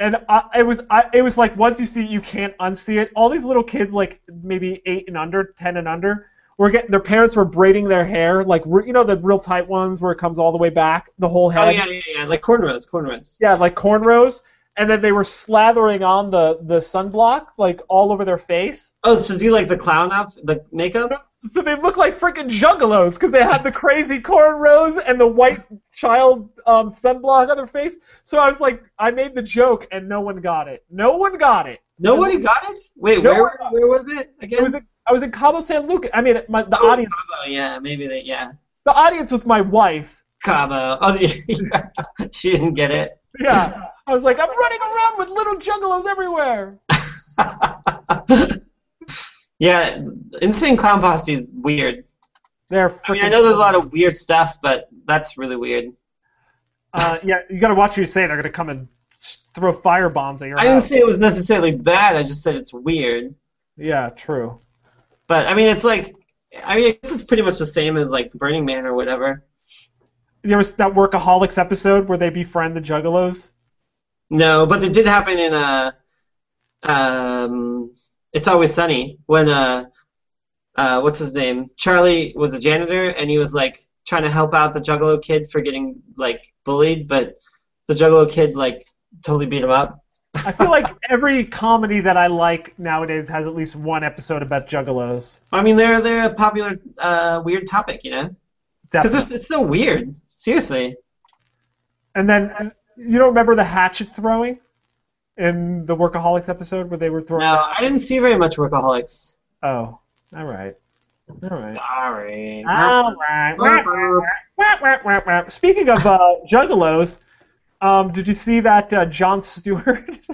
A: and I, it was, I, it was like once you see, it, you can't unsee it. All these little kids, like maybe eight and under, ten and under, were getting their parents were braiding their hair, like re- you know the real tight ones where it comes all the way back, the whole head.
B: Oh yeah, yeah, yeah. Like cornrows, cornrows.
A: Yeah, like cornrows. and then they were slathering on the the sunblock like all over their face.
B: Oh, so do you like the clown outfit, the makeup?
A: So they look like freaking juggalos because they had the crazy cornrows and the white child um, sunblock on their face. So I was like, I made the joke and no one got it. No one got it.
B: Nobody got it. Wait,
A: No
B: where
A: one got
B: where was it
A: It
B: again?
A: was in- I was in Cabo San Lucas. I mean, my, the
B: Oh,
A: audience
B: Cabo, yeah, maybe they. Yeah,
A: the audience was my wife.
B: Cabo. Oh, yeah. she didn't get it.
A: Yeah, I was like, I'm running around with little juggalos everywhere.
B: yeah, insane clown posse is weird.
A: They're
B: I
A: freaking.
B: mean, I know there's a lot of weird stuff, but that's really weird.
A: Uh, yeah, you gotta watch what you say. They're gonna come and s- throw fire bombs at your
B: I
A: house.
B: didn't say it was necessarily bad. I just said it's weird.
A: Yeah, true.
B: But I mean, it's like, I mean, it's pretty much the same as like Burning Man or whatever.
A: There was that workaholics episode where they befriend the juggalos.
B: No, but it did happen in uh, um, It's Always Sunny when uh, uh, what's his name? Charlie was a janitor and he was like trying to help out the Juggalo kid for getting like bullied, but the Juggalo kid like totally beat him up.
A: I feel like every comedy that I like nowadays has at least one episode about juggalos.
B: I mean, they're they're a popular uh, weird topic, you know, because it's so weird. Seriously,
A: And then you don't remember the hatchet throwing in the workaholics episode where they were
B: no,
A: throwing.
B: I didn't see very much workaholics.
A: Oh, all right, all right.
B: Sorry.
A: All right. Wah, wah, wah, wah, wah, wah. Speaking of uh, juggalos, um, did you see that uh, John Stewart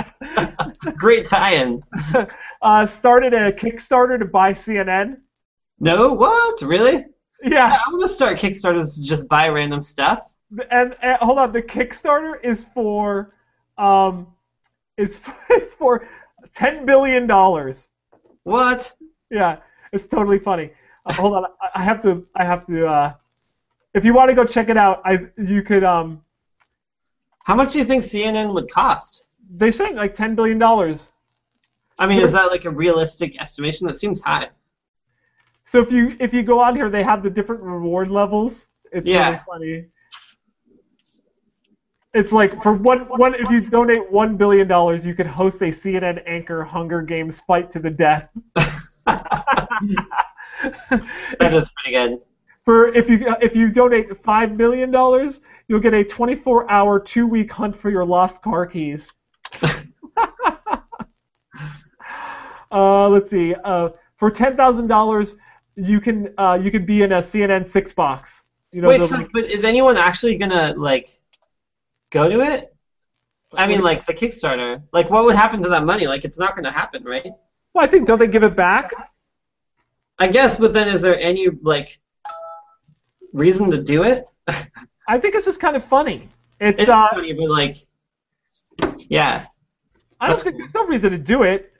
B: Great tie-in.
A: uh, started a Kickstarter to buy CNN?
B: No, what? Really?
A: Yeah,
B: Yeah, I'm gonna start Kickstarters to just buy random stuff.
A: and, and hold on, the Kickstarter is for um, is is for ten billion dollars.
B: What?
A: Yeah, it's totally funny. Uh, hold on, I- I have to. I have to. Uh, if you want to go check it out, I you could. Um,
B: How much do you think CNN would cost?
A: they're saying like ten billion dollars.
B: I mean, is that like a realistic estimation? That seems high.
A: So if you if you go on here, they have the different reward levels. It's
B: Yeah.
A: really funny. It's like for one one if you donate one billion dollars, you could host a CNN anchor Hunger Games fight to the death.
B: That is pretty good.
A: for if you if you donate five million dollars, you'll get a 24-hour, two-week hunt for your lost car keys. uh, let's see. Uh, for ten thousand dollars, you can uh, you can be in a CNN six box. You know,
B: Wait,
A: the-
B: so, but is anyone actually gonna like go to it? I mean, like the Kickstarter. Like, what would happen to that money? Like, it's not gonna happen, right?
A: well, I think don't they give it back?
B: I guess, but then is there any like reason to do it?
A: I think it's just kind of funny. It's,
B: It's
A: uh,
B: funny, but like, yeah.
A: I don't
B: That's
A: think
B: cool.
A: there's no reason to do it.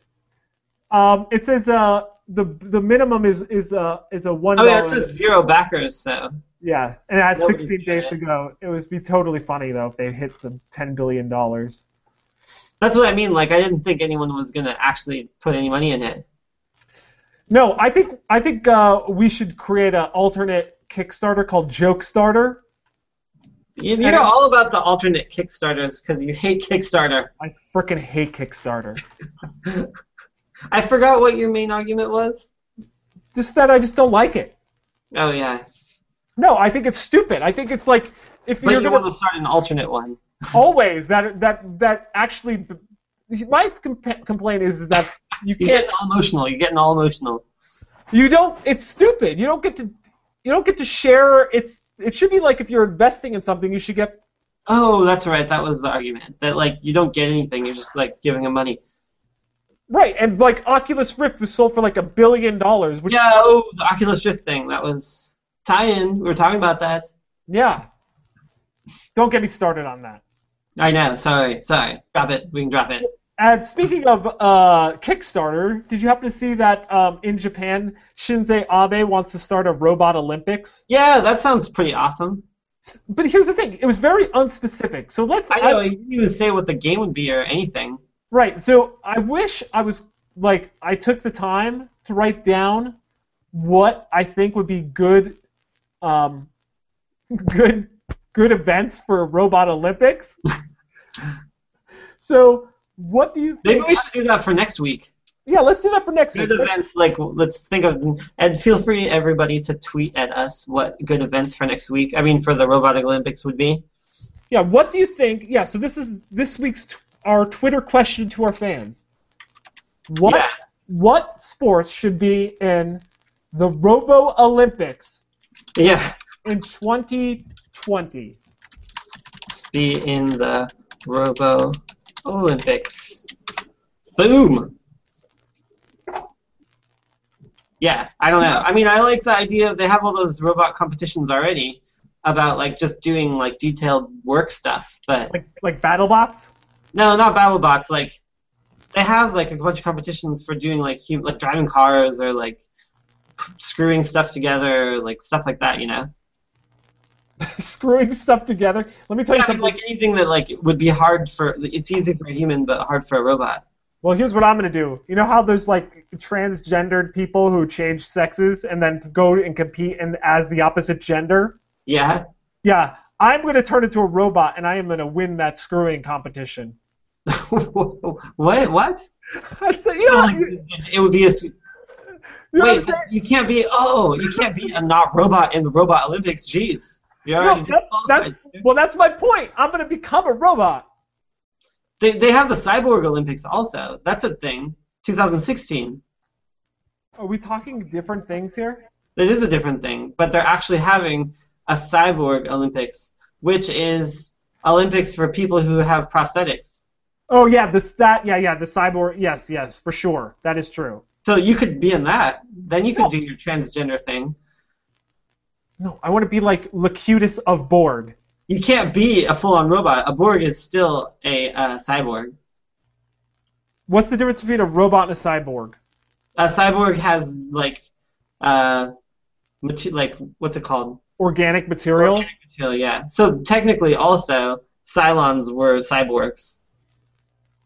A: Um, it says uh, the the minimum is is uh, is a one.
B: I mean, Oh, it says zero backers, so
A: Yeah, and it has
B: Nobody
A: 16
B: did
A: days
B: it.
A: to go. It would be totally funny though if they hit the 10 billion dollars.
B: that's what I mean. Like, I didn't think anyone was gonna actually put any money in it.
A: No, I think I think uh, we should create an alternate Kickstarter called Jokestarter.
B: You, you're all about the alternate Kickstarters because you hate Kickstarter.
A: I freaking hate Kickstarter.
B: I forgot what your main argument was.
A: Just that I just don't like it.
B: Oh yeah,
A: No, I think it's stupid. I think it's like if
B: but
A: you're
B: you
A: gonna
B: want to start an alternate one.
A: always that that that actually. My compa- complaint is, is that you
B: You're
A: can't
B: getting all emotional. You're getting all emotional.
A: you don't it's stupid you don't get to you don't get to share it's it should be like if you're investing in something you should get
B: Oh, that's right. That was the argument that like you don't get anything. You're just like giving them money.
A: right and like oculus rift was sold for like a billion dollars which
B: Yeah. Oh, the Oculus Rift thing. That was tie-in. We were talking about that.
A: yeah don't get me started on that
B: I know. Sorry. Sorry. Drop it. We can drop it.
A: and speaking of uh, kickstarter did you happen to see that um, in japan shinzo abe wants to start a robot olympics
B: Yeah, that sounds pretty awesome.
A: S- but here's the thing it was very unspecific so let's
B: I know. You didn't even say what the game would be or anything.
A: Right. So I wish I was like I took the time to write down what I think would be good, um, good, good events for Robot Olympics. So, what do you
B: Maybe
A: think?
B: we should do that for next week.
A: Yeah, let's do that for next
B: Good
A: week.
B: events, like let's think of them. And feel free, everybody, to tweet at us what good events for next week. I mean, for the Robotic Olympics would be.
A: Yeah, what do you think? Yeah, so this is this week's t- our Twitter question to our fans. What
B: Yeah.
A: what sports should be in the Robo Olympics
B: Yeah.
A: in 2020?
B: Be in the Robo Olympics. Boom. Yeah, I don't know. I mean, I like the idea. They have all those robot competitions already about like just doing like detailed work stuff, but
A: Like like BattleBots?
B: No, not BattleBots. Like they have like a bunch of competitions for doing like hum- like driving cars or like screwing stuff together, like stuff like that. You know,
A: Screwing stuff together. Let me tell you
B: yeah, I
A: something.
B: mean, like anything that like would be hard for it's easy for a human but hard for a robot.
A: Well, here's what I'm gonna do. You know how there's like transgendered people who change sexes and then go and compete and as the opposite gender?
B: Yeah,
A: Yeah, I'm gonna turn into a robot and I am gonna win that screwing competition.
B: what? What?
A: I said, you know,
B: Like,
A: you,
B: it would be a s-
A: you know what I'm
B: wait.
A: saying?
B: You can't be oh, you can't be a not robot in the robot Olympics. Jeez, you
A: No,
B: already
A: that's- that's-
B: disqualified.
A: Well, that's my point. I'm gonna become a robot.
B: They, they have the Cyborg Olympics also. That's a thing. 2016.
A: Are we talking different things here?
B: It is a different thing, but they're actually having a cyborg Olympics, which is Olympics for people who have prosthetics.
A: Oh yeah, the stat. Yeah, yeah, the cyborg. Yes, yes, for sure. That is true.
B: So you could be in that. Then you
A: No.
B: could do your transgender thing.
A: No, I want to be like Locutus of Borg.
B: You can't be a full-on robot. A Borg is still a uh, cyborg.
A: What's the difference between a robot and a cyborg?
B: A cyborg has like, uh, mate- like what's it called?
A: Organic material.
B: Organic material, yeah. So technically, also Cylons were cyborgs.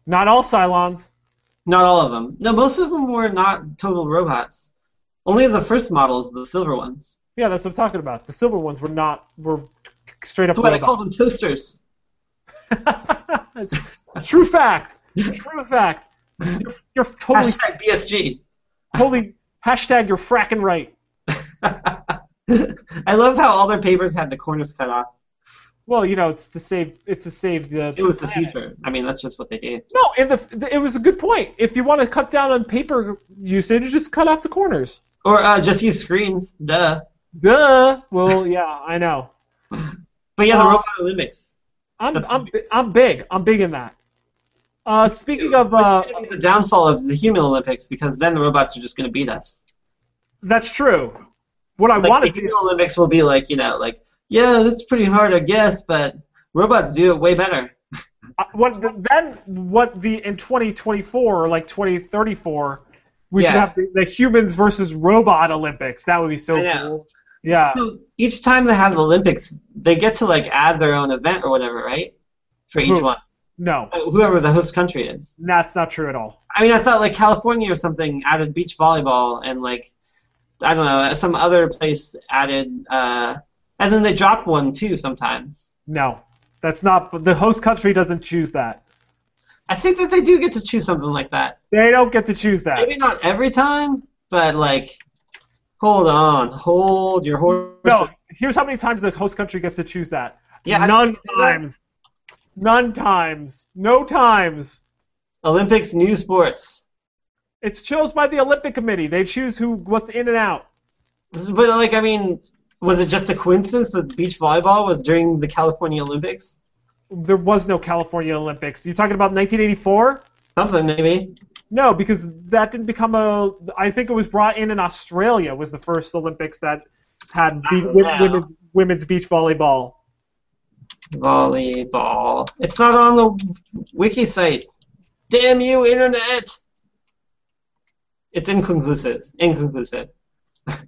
A: Not all Cylons.
B: Not all of them. No, most of them were not total robots. Only the first models, the silver ones.
A: Yeah, that's what I'm talking about. The silver ones were not were straight up
B: That's why they call
A: robots.
B: them toasters.
A: True fact. True fact. You're, you're totally,
B: Hashtag BSG.
A: totally. Hashtag you're fracking right.
B: I love how all their papers had the corners cut off.
A: Well, you know, it's to save. It's to save the.
B: It was the
A: planet.
B: future. I mean, that's just what they did.
A: No, and the, the- it was a good point. If you want to cut down on paper usage, just cut off the corners.
B: Or uh, just use screens. Duh.
A: Duh. Well, yeah, I know.
B: But yeah, the
A: Uh,
B: Robot Olympics.
A: I'm
B: That's
A: I'm bi- I'm big. I'm big in that. Uh, speaking of, uh,
B: But it's gonna be the downfall of the human Olympics because then the robots are just going to beat us.
A: that's true. What I
B: Like,
A: want
B: the
A: to see.
B: human
A: Is,
B: Olympics will be like, you know, like, yeah, that's pretty hard, I guess, but robots do it way better.
A: uh, what the, then? What the in 2024 or like 2034, we should
B: Yeah.
A: have the, the humans versus robot Olympics. That would be so
B: I know.
A: cool. Yeah.
B: So each time they have the Olympics, they get to like add their own event or whatever, right? For each
A: Who?
B: one,
A: no,
B: Uh, whoever the host country is.
A: that's not true at all.
B: I mean, I thought like California or something added beach volleyball, and like I don't know, some other place added, uh, and then they drop one too sometimes.
A: No, that's not. The host country doesn't choose that.
B: I think that they do get to choose something like that.
A: They don't get to choose that.
B: Maybe not every time, but like, hold on, hold your horse.
A: No, here's how many times the host country gets to choose that.
B: yeah, I
A: none
B: think they do that.
A: times. None times. No times.
B: Olympics new sports.
A: It's chose by the Olympic Committee. They choose who what's in and out.
B: This is- But like, I mean, was it just a coincidence that beach volleyball was during the California Olympics?
A: There was no California Olympics. You talking about 1984?
B: Something maybe.
A: No, because that didn't become a. I think it was brought in in Australia was the first Olympics that had be,
B: Oh,
A: wi-
B: wow.
A: women, women's beach volleyball.
B: Volleyball. It's not on the wiki site. Damn you, internet! It's inconclusive. Inconclusive.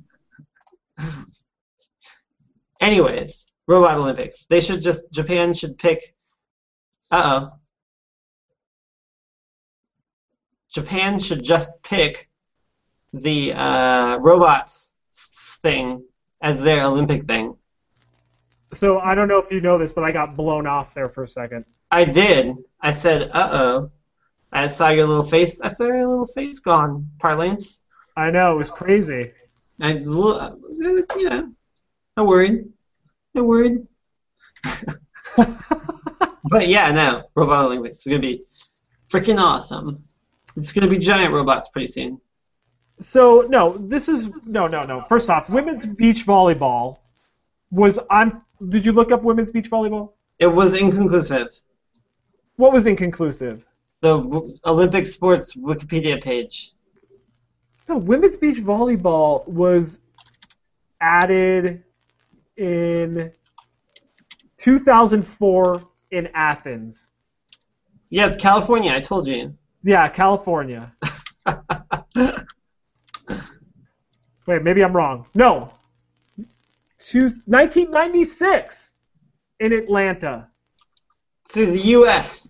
B: Anyways, Robot Olympics. They should just Japan should pick. Uh oh. Japan should just pick the uh, robots thing as their Olympic thing.
A: So I don't know if you know this, but I got blown off there for a second.
B: I did. I said, "Uh oh." I saw your little face. I saw your little face gone, parlance.
A: I know it was crazy.
B: I was, a little, I was, uh, you know, I worried. I worried. but yeah, no, robot linguistics is gonna be freaking awesome. It's gonna be giant robots pretty soon.
A: So no, this is no, no, no. First off, women's beach volleyball was I'm. Did you look up women's beach volleyball?
B: It was inconclusive.
A: What was inconclusive?
B: The w- Olympic sports Wikipedia page.
A: No, women's beach volleyball was added in 2004 in Athens.
B: Yeah, it's California. I told you.
A: Yeah, California. Wait, maybe I'm wrong. No. Two, 1996 in Atlanta.
B: To the U.S.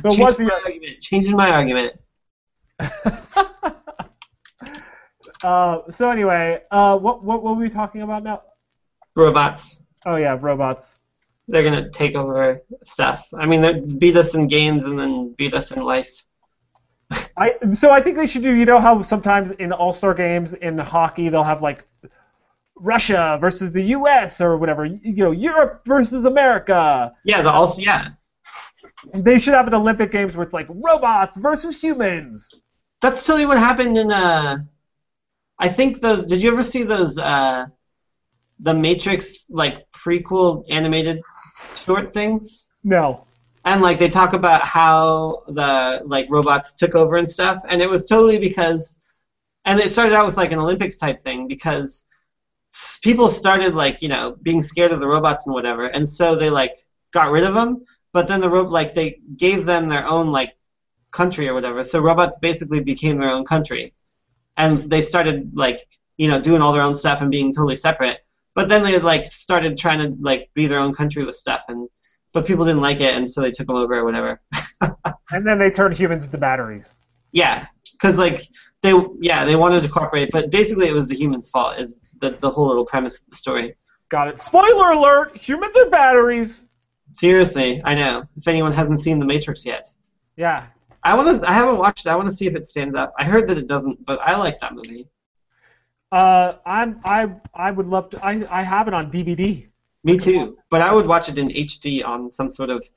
A: So it
B: Changing
A: was
B: my argument. Changing my argument.
A: uh, so anyway, uh, what, what what were we talking about now?
B: Robots.
A: Oh yeah, robots.
B: They're gonna take over stuff. I mean, they beat us in games and then beat us in life.
A: I so I think they should do. You know how sometimes in All Star games in hockey they'll have like Russia versus the U.S. or whatever. You, you know, Europe versus America.
B: Yeah, the also yeah.
A: They should have an Olympic games where it's like robots versus humans.
B: That's totally what happened in uh I think those did you ever see those uh the Matrix like prequel animated short things?
A: No.
B: And like they talk about how the like robots took over and stuff and it was totally because and it started out with like an Olympics type thing because s- people started like, you know, being scared of the robots and whatever and so they like got rid of them, but then the ro- like they gave them their own like country or whatever. So robots basically became their own country, and they started like you know doing all their own stuff and being totally separate. But then they like started trying to like be their own country with stuff, and but people didn't like it, and so they took them over or whatever.
A: And then they turn humans into batteries.
B: Yeah, because like they yeah they wanted to cooperate, but basically it was the humans' fault is the the whole little premise of the story.
A: Got it. Spoiler alert: humans are batteries.
B: Seriously, I know. If anyone hasn't seen The Matrix yet,
A: Yeah.
B: I want to. I haven't watched. it. I want to see if it stands up. I heard that it doesn't, but I like that movie.
A: Uh, I'm I I would love to. I I have it on DVD.
B: Me too. But I would watch it in HD on some sort of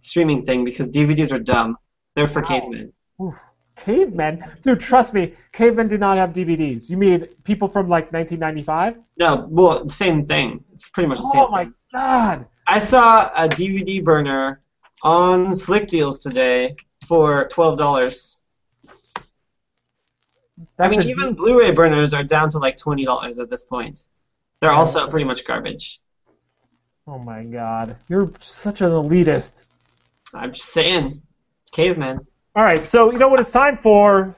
B: streaming thing because DVDs are dumb. They're for
A: Wow.
B: cavemen.
A: Oof. Cavemen, dude, trust me, cavemen did not have DVDs. You mean people from like 1995?
B: No, well, same thing. It's pretty much the same
A: Oh my
B: thing.
A: god!
B: I saw a DVD burner on Slick Deals today for twelve dollars. I
A: That's
B: mean,
A: a
B: even Blu-ray burners are down to like twenty dollars at this point. They're
A: Yeah.
B: also pretty much garbage.
A: Oh my god, you're such an elitist.
B: I'm just saying, caveman.
A: All right, so you know what it's time for?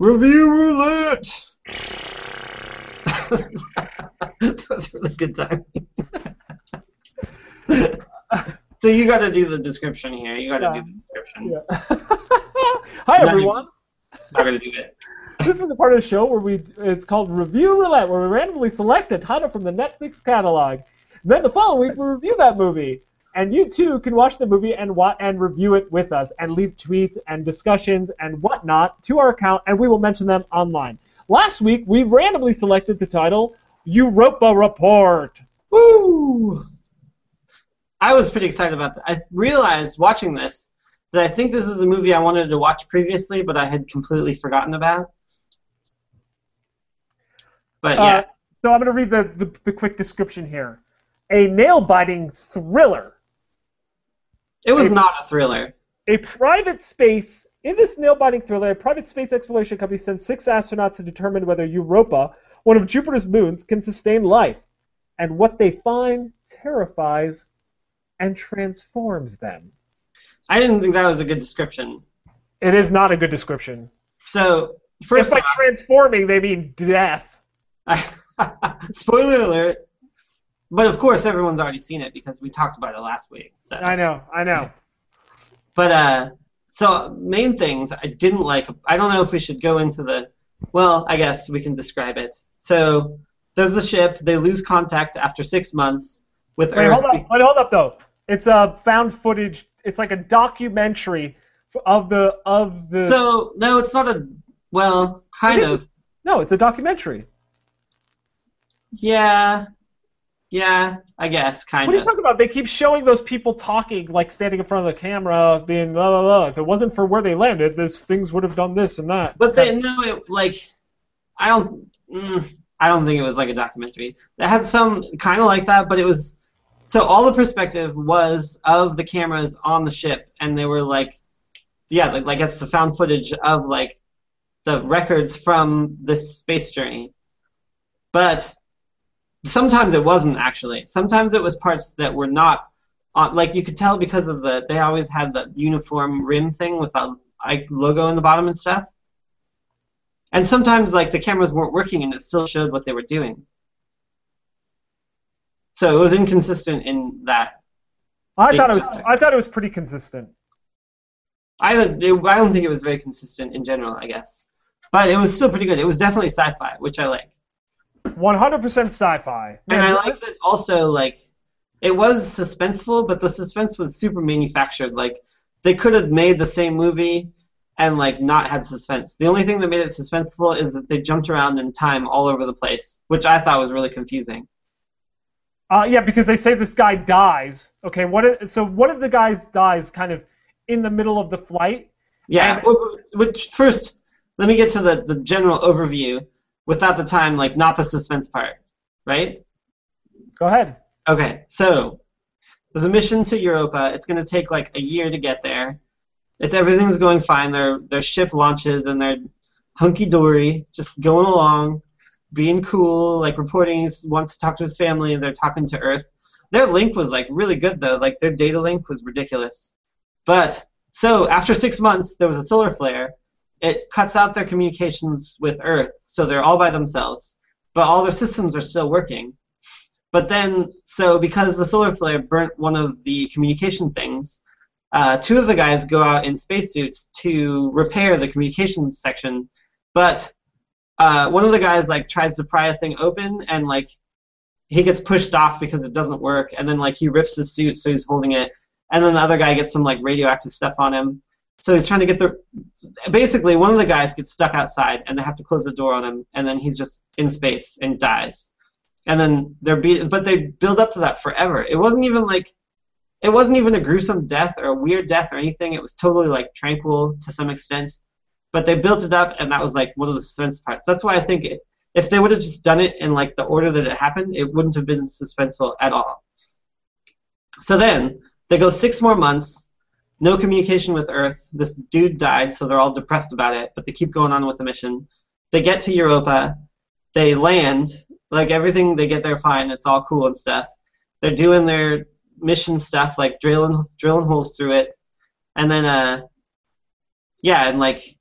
B: Review roulette. that was really good timing. so you got to do the description here. You got to
A: Yeah.
B: do the description.
A: Yeah. Hi
B: Not
A: everyone.
B: I'm not gonna do it.
A: This is the part of the show where we it's called Review Roulette, where we randomly select a title from the Netflix catalog. Then the following week we review that movie, and you too can watch the movie and wa- and review it with us, and leave tweets and discussions and whatnot to our account, and we will mention them online. Last week we randomly selected the title Europa Report.
B: Woo! I was pretty excited about that. I realized watching this that I think this is a movie I wanted to watch previously, but I had completely forgotten about. But yeah,
A: Uh, so I'm going to read the, the, the quick description here. A nail biting thriller
B: it was
A: it-
B: not a thriller.
A: A private space. In this nail-biting thriller, a private space exploration company sends six astronauts to determine whether Europa, one of Jupiter's moons, can sustain life. And what they find terrifies and transforms them.
B: I didn't think that was a good description.
A: It is not a good description.
B: So first,
A: if by transforming they mean death.
B: Spoiler alert. But of course, everyone's already seen it because we talked about it last week. So.
A: I know, I know.
B: But uh, so main things I didn't like. I don't know if we should go into the. Well, I guess we can describe it. So There's the ship. They lose contact after six months with
A: Wait,
B: Earth.
A: hold up. Wait, hold up though. It's uh, found footage. It's like a documentary f- of the of the.
B: So no, it's not a well, kind
A: It is.
B: of.
A: no, it's a documentary.
B: Yeah, yeah, I guess kind
A: What are you
B: of.
A: talking about? They keep showing those people talking, like standing in front of the camera, being blah blah blah. If it wasn't for where they landed, those things would have done this and that.
B: But they no, it like I don't. Mm, I don't think it was like a documentary. It had some kind of like that, but it was so all the perspective was of the cameras on the ship, and they were like, yeah, like, like it's the found footage of like the records from this space journey. But sometimes it wasn't actually. Sometimes it was parts that were not on. Like you could tell because of the they always had the uniform rim thing with a like logo in the bottom and stuff. And sometimes like the cameras weren't working and it still showed what they were doing. So it was inconsistent in that.
A: I
B: They
A: thought it was
B: just-
A: I thought it was pretty consistent.
B: I don't- it- I don't think it was very consistent in general, I guess. But it was still pretty good. It was definitely sci-fi, which I like.
A: 100% sci-fi.
B: And
A: Man,
B: I like that also, like, it was suspenseful, but the suspense was super manufactured. Like, they could have made the same movie and, like, not had suspense. The only thing that made it suspenseful is that they jumped around in time all over the place, which I thought was really confusing.
A: Uh, yeah, because they say this guy dies. Okay, what? If, so one of the guys dies kind of in the middle of the flight.
B: Yeah,
A: And-
B: wh- wh- which first, let me get to the, the general overview without the time, like, not the suspense part, right?
A: Go ahead.
B: Okay, so there's a mission to Europa. It's going to take like a year to get there. It's everything's going fine. Their their ship launches and they're hunky dory, just going along, being cool. Like reporting, he wants to talk to his family. They're talking to Earth. Their link was like really good though. Like their data link was ridiculous. But so after six months, there was a solar flare. It cuts out their communications with Earth, so they're all by themselves. But all their systems are still working. But then, so because the solar flare burnt one of the communication things, uh, two of the guys go out in spacesuits to repair the communications section. But uh, one of the guys like tries to pry a thing open, and like he gets pushed off because it doesn't work. And then like he rips his suit, so he's holding it. And then the other guy gets some like radioactive stuff on him. So he's trying to get the. Basically, one of the guys gets stuck outside, and they have to close the door on him. And then he's just in space and dies and then they're be- but they build up to that forever. It wasn't even like it wasn't even a gruesome death or a weird death or anything. It was totally like tranquil to some extent, but they built it up, and that was like one of the suspense parts. That's why I think it, if they would have just done it in like the order that it happened, it wouldn't have been suspenseful at all. So then they go six more months, no communication with Earth. This dude died, so they're all depressed about it, but they keep going on with the mission. They get to Europa, they land, like everything they get there fine it's all cool and stuff they're doing their mission stuff like drilling drilling holes through it and then uh yeah and like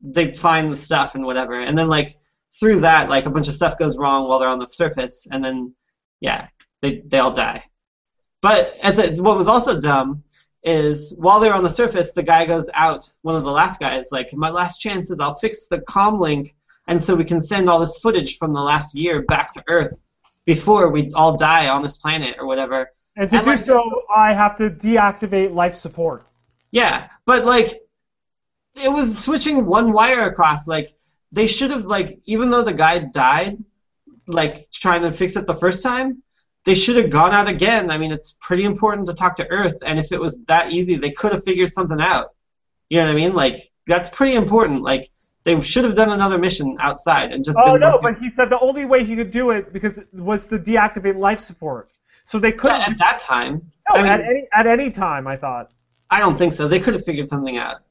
B: they find the stuff and whatever and then like through that like a bunch of stuff goes wrong while they're on the surface and then yeah they they all die but at the, what was also dumb is while they're on the surface the guy goes out one of the last guys like my last chance is i'll fix the comm link and so we can send all this footage from the last year back to Earth before we all die on this planet or whatever.
A: And to
B: And,
A: do
B: like-
A: so, I have to deactivate life support.
B: Yeah, but like, it was switching one wire across. Like, they should have like, even though the guy died, like trying to fix it the first time, they should have gone out again. I mean, it's pretty important to talk to Earth, and if it was that easy, they could have figured something out. You know what I mean? Like, that's pretty important. Like, they should have done another mission outside and just.
A: Oh
B: been
A: no,
B: working-
A: but he said the only way he could do it because was to deactivate life support. So they couldn't
B: Yeah, at that time.
A: no,
B: I mean-
A: at any at any time. I thought.
B: I don't think so. They could have figured something out.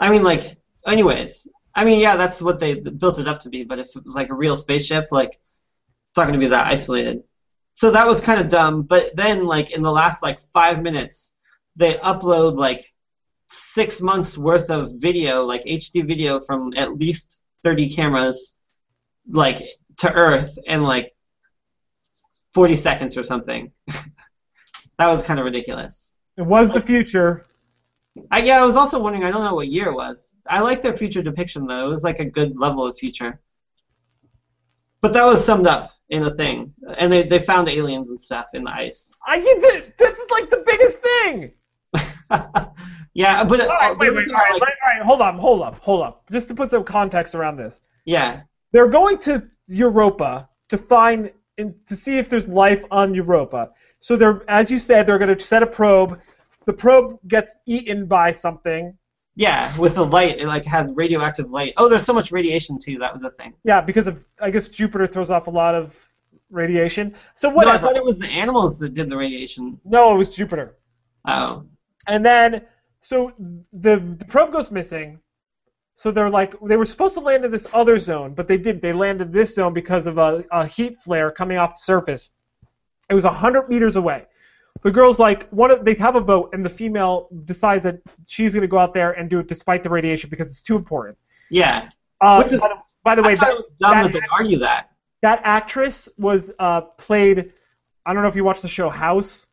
B: I mean, like, anyways. I mean, yeah, that's what they built it up to be. But if it was like a real spaceship, like, it's not going to be that isolated. So that was kind of dumb. But then, like, in the last like five minutes, they upload like six months worth of video, like HD video from at least thirty cameras, like to Earth in like forty seconds or something. that was kind of ridiculous.
A: It was the future.
B: I, yeah, I was also wondering. I don't know what year it was. I like their future depiction though. It was like a good level of future. But that was summed up in a thing, and they, they found aliens and stuff in the ice.
A: I get that. That's like the biggest thing.
B: yeah, but uh,
A: All right, wait, wait, all right, all right, hold up, hold up, hold up. Just to put some context around this,
B: yeah,
A: they're going to Europa to find and to see if there's life on Europa. So they're, as you said, they're going to set a probe. The probe gets eaten by something.
B: yeah, with the light, it like has radioactive light. Oh, there's so much radiation too. That was a thing.
A: Yeah, because of I guess Jupiter throws off a lot of radiation. So
B: No, I
A: whatever.
B: thought it was the animals that did the radiation.
A: no, it was Jupiter.
B: Oh,
A: And then, so the the probe goes missing. So they're like they were supposed to land in this other zone, but they didn't. They landed this zone because of a, a heat flare coming off the surface. It was hundred meters away. The girl's like one. Of, they have a vote, and the female decides that she's going to go out there and do it despite the radiation because it's too important.
B: yeah.
A: Uh,
B: Which is-
A: by, the, by the way,
B: I thought
A: that,
B: it was dumb that,
A: that-
B: they argue that.
A: that actress was uh, played. I don't know if you watched the show House.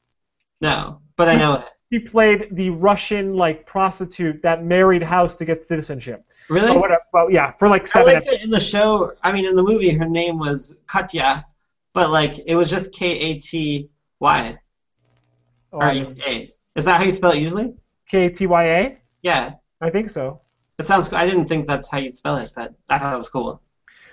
B: No, but I know it.
A: She played the Russian like prostitute that married House to get citizenship.
B: Really?
A: But whatever, but yeah, for like
B: I
A: seven.
B: like
A: episodes.
B: that in the show. I mean, in the movie, her name was Katya, but like it was just K A T Y
A: Oh,
B: R U A. Is that how you spell it usually?
A: K T Y A.
B: Yeah,
A: I think so.
B: it sounds. cool. I didn't think that's how you spell it, but I thought it was cool.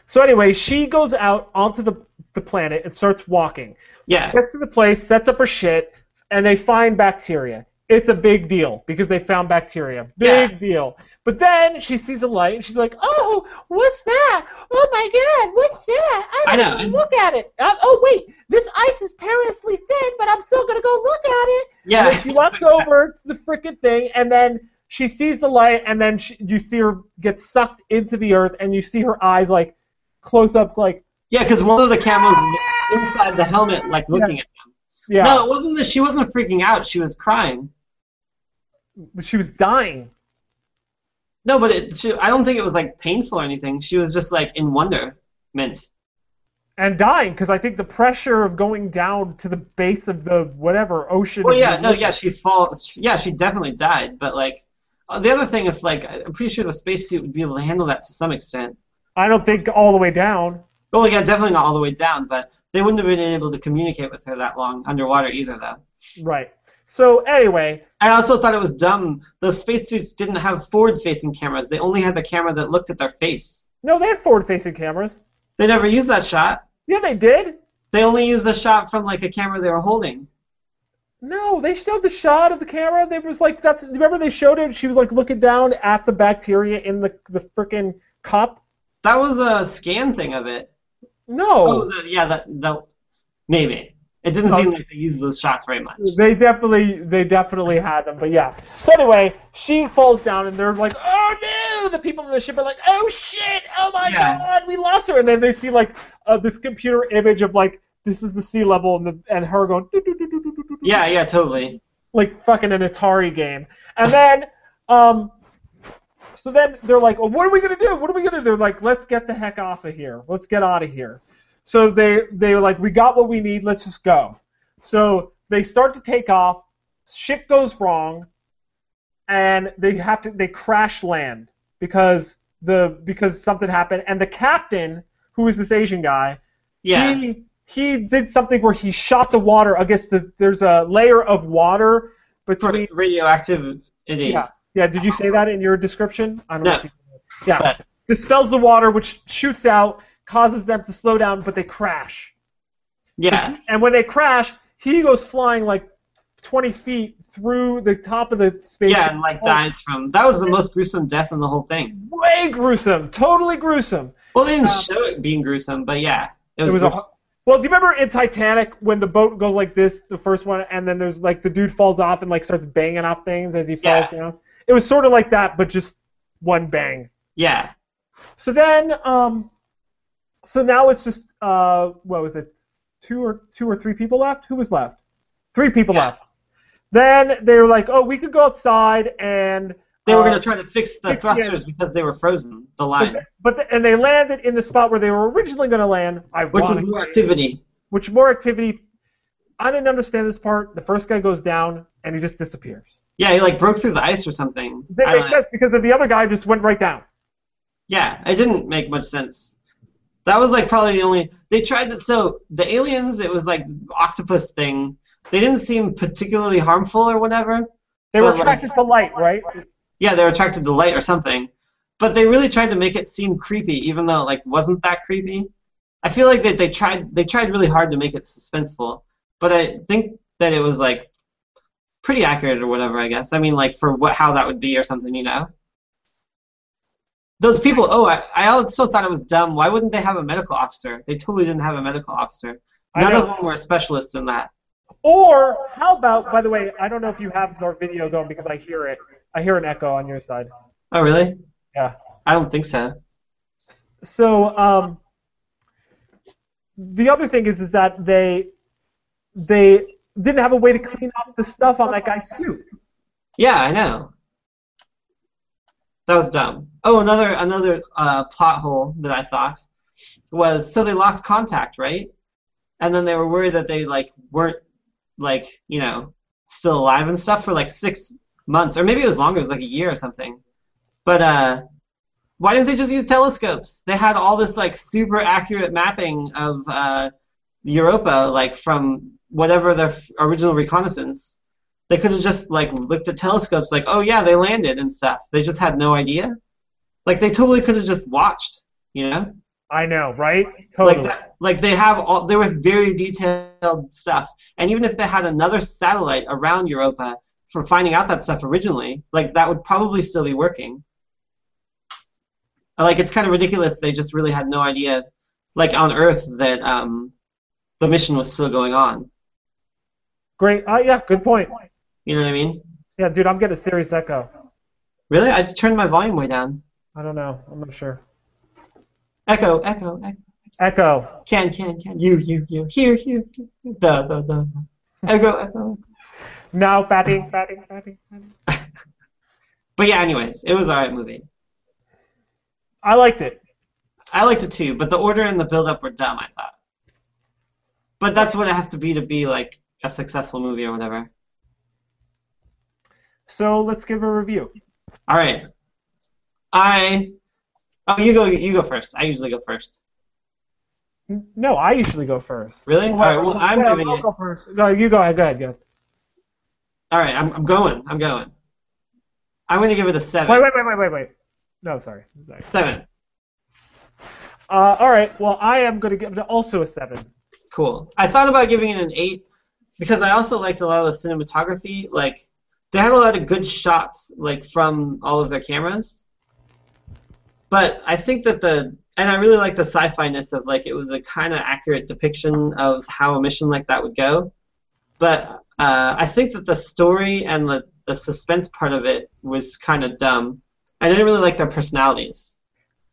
A: So anyway, she goes out onto the the planet and starts walking.
B: Yeah,
A: Gets to the place, sets up her shit, and they find bacteria. It's a big deal because they found bacteria. Big
B: Yeah.
A: deal. But then she sees a light and she's like, "Oh, what's that? Oh my God, what's that?
B: I
A: I'm
B: know,
A: gonna
B: and-
A: look at it. Uh, oh wait, this ice is perilously thin, but I'm still gonna go look at it." And then
B: yeah,
A: she walks over to the frickin' thing, and then she sees the light, and then she, you see her get sucked into the earth, and you see her eyes like close ups, like
B: yeah. Because one of the cameras was inside the helmet, like looking at them.
A: yeah,
B: No, it wasn't that she wasn't freaking out. She was crying.
A: she was dying.
B: No, but it, she, I don't think it was like painful or anything. She was just like in wonderment.
A: And dying because I think the pressure of going down to the base of the whatever ocean.
B: Well,
A: of
B: Oh, yeah,
A: the-
B: no, yeah, she falls. Yeah, she definitely died. But like, uh, the other thing, if like, I'm pretty sure the spacesuit would be able to handle that to some extent.
A: I don't think all the way down.
B: Well, yeah, definitely not all the way down, but they wouldn't have been able to communicate with her that long underwater either, though.
A: Right. So anyway,
B: I also thought it was dumb. The spacesuits didn't have forward-facing cameras. They only had the camera that looked at their face.
A: no, they had forward-facing cameras.
B: They never used that shot.
A: Yeah, they did.
B: They only used the shot from like a camera they were holding.
A: No, they showed the shot of the camera. They was like, that's remember they showed it. She was like looking down at the bacteria in the the freaking cup.
B: That was a scan thing of it. Oh,
A: No,
B: the, yeah, that the, maybe it didn't
A: Oh.
B: seem like they used those shots very much.
A: they definitely they definitely had them. But yeah. So anyway, she falls down and they're like, oh no! The people in the ship are like, oh shit! Oh my
B: Yeah.
A: god, we lost her. And then they see like uh, this computer image of like this is the sea level and the, and her going. "Doo, doo, doo, doo, doo, doo, doo, doo."
B: Yeah, yeah, totally.
A: like fucking an Atari game. And then, um, so then they're like, well, what are we gonna do? What are we gonna do? They're like, let's get the heck off of here. Let's get out of here. So they they were like, we got what we need. Let's just go. So they start to take off. Shit goes wrong, and they have to they crash land because the because something happened, and the captain, who is this Asian guy,
B: Yeah.
A: he he did something where he shot the water against the there's a layer of water
B: sort
A: between
B: of radioactivity.
A: yeah yeah did you say that in your description I don't know
B: No.
A: if you yeah
B: But-
A: dispels the water which shoots out causes them to slow down but they crash
B: Yeah.
A: and when they crash he goes flying like 20 feet through the top of the spaceship Oh,
B: Yeah, and like dies from. That was the most gruesome death in the whole thing.
A: way gruesome totally gruesome
B: Well, they didn't
A: Um,
B: show it being gruesome, but yeah, it was.
A: It was a,
B: gruesome.
A: well, do you remember in Titanic when the boat goes like this, the first one, and then there's like the dude falls off and like starts banging off things as he falls down? It was sort of like that, but just one bang.
B: yeah,
A: So then, um, so now it's just uh, what was it, two or two or three people left? Who was left? Three people
B: Yeah.
A: left. Then they were like, oh, we could go outside and
B: they were
A: uh,
B: gonna try to fix the
A: fix the
B: thrusters because they were frozen. The line,
A: but the, and they landed in the spot where they were originally going to land.
B: which was
A: ironically.
B: more activity.
A: which more activity i didn't understand this part the first guy goes down and he just disappears
B: Yeah, he like broke through the ice or something.
A: that
B: I
A: makes
B: don't know.
A: sense because then the other guy just went right down
B: Yeah, it didn't make much sense. That was like probably the only they tried to so the aliens it was like octopus thing. They didn't seem particularly harmful or whatever.
A: They were
B: But, like-
A: attracted to light, right?
B: Yeah, they were attracted to light or something. But they really tried to make it seem creepy even though it like wasn't that creepy. I feel like that they tried they tried really hard to make it suspenseful. But I think that it was like pretty accurate or whatever, I guess. I mean like for what how that would be or something, you know. Those people, oh, I, I also thought it was dumb. Why wouldn't they have a medical officer? They totally didn't have a medical officer.
A: I
B: None
A: know.
B: of them were specialists in that.
A: Or how about? By the way, I don't know if you have your video going because I hear it. I hear an echo on your side.
B: Oh, really?
A: Yeah.
B: I don't think so.
A: So um, the other thing is is that they they didn't have a way to clean up the stuff on that guy's suit.
B: Yeah, I know. That was dumb. Oh, another another uh, plot hole that I thought was so they lost contact, right? And then they were worried that they like weren't like you know still alive and stuff for like six months, or maybe it was longer. It was like a year or something. But uh, why didn't they just use telescopes? They had all this like super accurate mapping of uh, Europa, like from whatever their f- original reconnaissance they could have just like looked at telescopes like oh yeah they landed and stuff they just had no idea like they totally could have just watched you know
A: I know, right? Totally.
B: like that like they have all they were very detailed stuff and even if they had another satellite around europa for finding out that stuff originally like that would probably still be working like it's kind of ridiculous they just really had no idea like on earth that um the mission was still going on
A: Great. Uh, yeah, good point.
B: you know what i mean
A: Yeah, dude, I'm getting a serious echo.
B: really i turned my volume way down
A: I don't know. I'm not sure.
B: Echo, echo, echo.
A: Echo.
B: Can, can, can. You, you, you. Here, here. here. The, the, the. the. Echo, echo.
A: No, batting, batting, batting, batting.
B: But yeah, anyways, it was alright movie.
A: I liked it.
B: I liked it too, but the order and the build up were dumb, I thought. But that's what it has to be to be like a successful movie or whatever.
A: So let's give a review.
B: Alright. I. Oh, you go. You go first. I usually go first.
A: N- No, I usually go first.
B: Really? All right. Well, I'm
A: Yeah,
B: giving
A: I'll
B: it.
A: Go first. No, you go ahead. Go ahead. Go. ahead.
B: All right. I'm, I'm going. I'm going. I'm going to give it a seven.
A: Wait, wait, wait, wait, wait, wait. No, sorry. Sorry.
B: Seven.
A: Uh, all right. Well, I am going to give it also a seven.
B: Cool. I thought about giving it an eight because I also liked a lot of the cinematography. Like they had a lot of good shots, like from all of their cameras. But I think that the and I really like the sci-fi ness of like it was a kind of accurate depiction of how a mission like that would go. But uh, I think that the story and the the suspense part of it was kind of dumb. I didn't really like their personalities.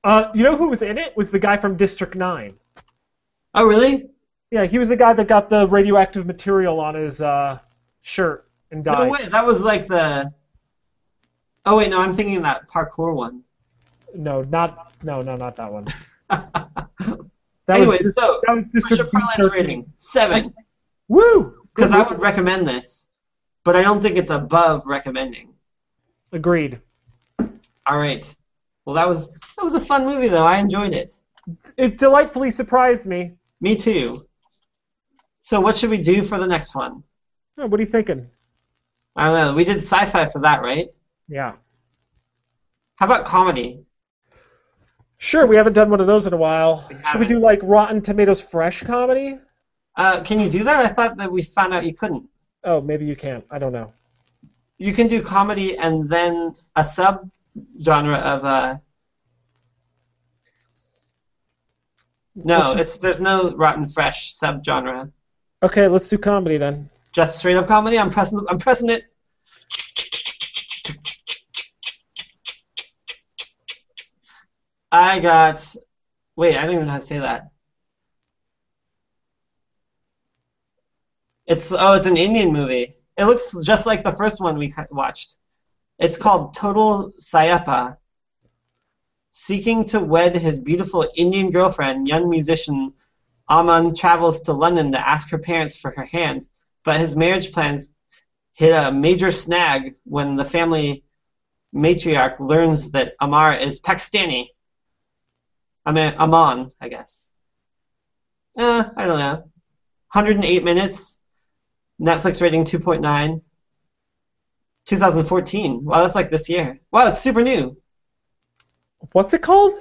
A: Uh, you know who was in it? Was the guy from District Nine.
B: Oh, really?
A: Yeah, he was the guy that got the radioactive material on his uh, shirt and
B: No
A: died.
B: way. That was like the. Oh wait, no, I'm thinking of that parkour one.
A: No, not no, no, not that one. That
B: Anyways,
A: was
B: so
A: that was
B: Richard
A: District
B: Parland's
A: 13.
B: rating seven
A: Woo!
B: because
A: Good
B: I
A: work.
B: would recommend this, but I don't think it's above recommending.
A: agreed.
B: All right. Well, that was that was a fun movie though. I enjoyed it.
A: It delightfully surprised me.
B: Me too. So what should we do for the next one?
A: Oh, what are you thinking?
B: I don't know. We did sci-fi for that, right?
A: Yeah.
B: How about comedy?
A: Sure, we haven't done one of those in a while.
B: We
A: Should we
B: haven't.
A: do like Rotten Tomatoes fresh comedy?
B: Uh, can you do that? I thought that we found out you couldn't.
A: Oh, maybe you can't. I don't know.
B: You can do comedy and then a sub genre of uh, No,
A: Let's-
B: it's there's no rotten fresh subgenre.
A: Okay, let's do comedy then.
B: Just straight up comedy. I'm pressing. I'm pressing it. I got. Wait, I don't even know how to say that. It's oh, it's an Indian movie. It looks just like the first one we cu- watched. It's called Total Sayapa. Seeking to wed his beautiful Indian girlfriend, young musician Aman travels to London to ask her parents for her hand, but his marriage plans hit a major snag when the family matriarch learns that Amar is Pakistani. I mean, Amon, I guess. Uh, I don't know. 108 minutes. Netflix rating 2.9. 2014. Wow, that's like this year. Wow, it's super new.
A: What's it called?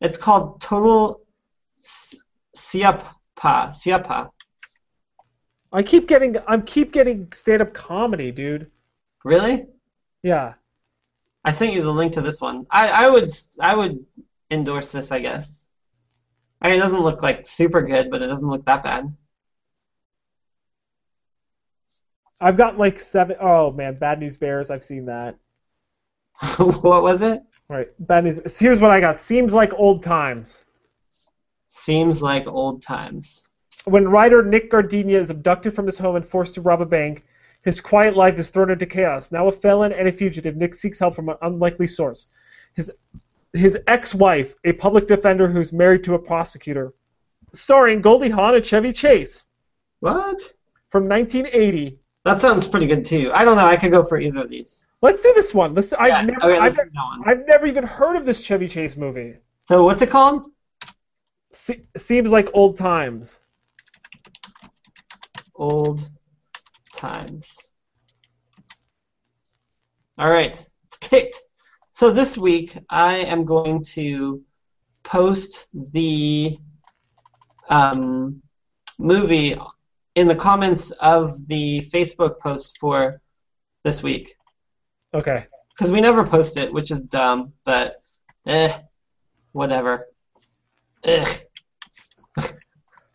B: It's called Total S- Siapa. Siapa.
A: I keep getting I keep getting stand up comedy, dude.
B: Really?
A: Yeah.
B: I sent you the link to this one. I, I would I would endorse this, I guess. I mean, it doesn't look like super good, but it doesn't look that bad.
A: I've got like seven oh man, Bad News Bears, I've seen that.
B: what was it?
A: Right. Bad news here's what I got. Seems like old times.
B: Seems like old times.
A: When writer Nick Gardenia is abducted from his home and forced to rob a bank, his quiet life is thrown into chaos. Now a felon and a fugitive, Nick seeks help from an unlikely source. His his ex-wife, a public defender who's married to a prosecutor, starring Goldie Hawn and Chevy Chase
B: What?
A: from 1980.
B: That sounds pretty good too. I don't know. I could go for either of these.
A: Let's do this one. Let's.
B: Yeah,
A: I've, never,
B: okay,
A: I've,
B: let's do that one.
A: I've never even heard of this Chevy Chase movie.
B: So what's it called?
A: Se- seems like old times.
B: Old times. All right, it's picked. So this week I am going to post the um, movie in the comments of the Facebook post for this week
A: Okay.
B: because we never post it, which is dumb. But eh, whatever. Eh.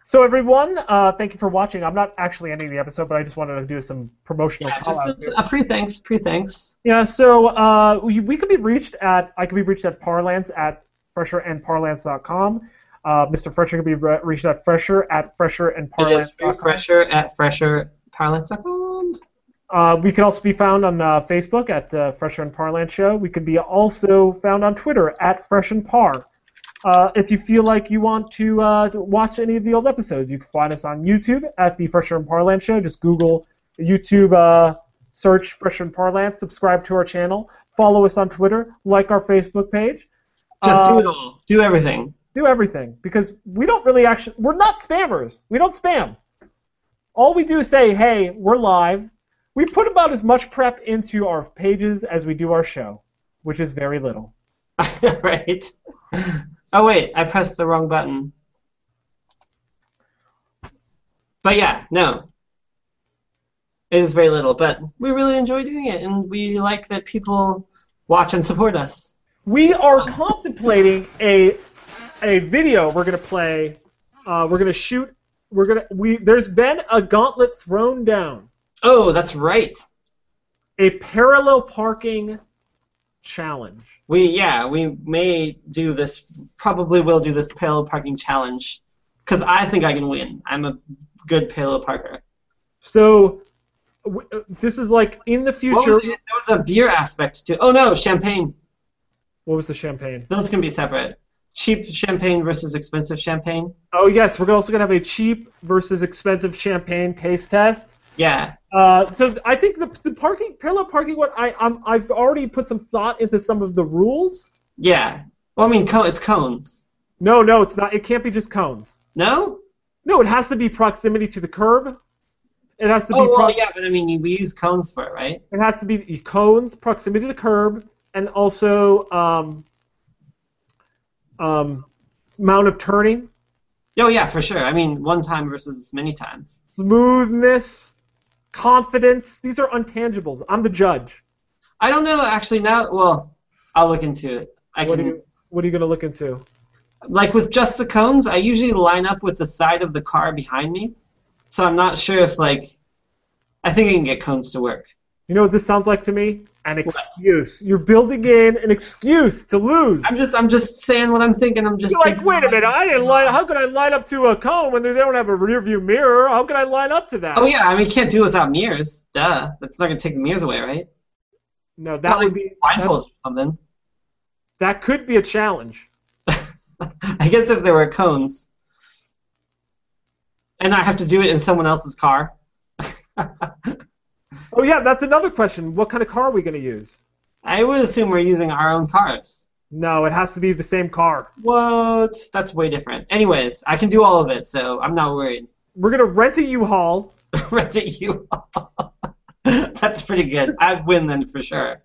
A: So everyone, uh, thank you for watching. I'm not actually ending the episode, but I just wanted to do some promotional
B: Yeah,
A: call
B: just a, a pre thanks, pre thanks.
A: Yeah, so uh, we, we can be reached at I can be reached at Parlance at fresherandparlance.com. Uh, Mr. Fresher can be re- reached at fresher at
B: It is
A: fresherandparlance.com.
B: fresher at fresherparlance.com.
A: Uh, we can also be found on uh, Facebook at uh, Fresher and Parlance Show. We can be also found on Twitter at Fresh and Par. Uh, if you feel like you want to, uh, to watch any of the old episodes, you can find us on YouTube at the Fresher and Parlance Show. Just Google YouTube, uh, search Fresher and Parlance, subscribe to our channel, follow us on Twitter, like our Facebook page.
B: Just do
A: Uh,
B: it all. Do everything.
A: do everything because we don't really actually we're not spammers. We don't spam. All we do is say, "Hey, we're live." We put about as much prep into our pages as we do our show, which is very little.
B: right? Oh, wait, I pressed the wrong button. But yeah, no. It is very little, but we really enjoy doing it, and we like that people watch and support us.
A: We are contemplating a a video we're gonna play. Uh, we're gonna shoot. We're gonna we there's been a gauntlet thrown down,
B: Oh, that's right.
A: a parallel parking challenge.
B: We yeah, we may do this. Probably will do this parallel parking challenge because I think I can win. I'm a good parallel parker.
A: So w- uh, this is like in the
B: What
A: future.
B: was it? There was a beer aspect too. Oh no, champagne.
A: what was the champagne?
B: Those can be separate. Cheap champagne versus expensive champagne.
A: Oh yes, we're also gonna have a cheap versus expensive champagne taste test.
B: Yeah,
A: Uh, so I think the, the parking parallel parking one, I I'm, I've already put some thought into some of the rules.
B: yeah. Well, I mean, co- it's cones.
A: No, no, it's not. It can't be just cones.
B: No?
A: No, it has to be proximity to the curb. It has to be.
B: Oh well,
A: prox-
B: yeah, but I mean, we use cones for it, right?
A: It has to be cones, proximity to the curb, and also um, um, amount of turning,
B: Oh yeah, for sure. I mean, one time versus many times.
A: smoothness, confidence. These are untangibles. I'm the judge.
B: I don't know actually. Now, well, I'll look into it. I
A: what
B: can.
A: are you What are you gonna look into?
B: like with just the cones, I usually line up with the side of the car behind me. So I'm not sure if like I think I can get cones to work.
A: You know what this sounds like to me? An excuse. You're building in an excuse to lose.
B: I'm just I'm just saying what I'm thinking. I'm just
A: You're like,
B: thinking,
A: wait a minute, I didn't line. How could I line up to a cone when they don't have a rear view mirror? How could I line up to that?
B: Oh yeah, I mean you can't do it without mirrors. Duh. That's not gonna take the mirrors away, right?
A: No, that
B: Not
A: would
B: like
A: be that,
B: blindfold or something.
A: that could be a challenge.
B: I guess if there were cones. And I have to do it in someone else's car.
A: Oh yeah, that's another question. What kind of car are we gonna use?
B: I would assume we're using our own cars.
A: No, it has to be the same car.
B: What? That's way different. Anyways, I can do all of it, so I'm not worried.
A: We're gonna rent a U-Haul.
B: Rent at you. That's pretty good. I'd win then for sure.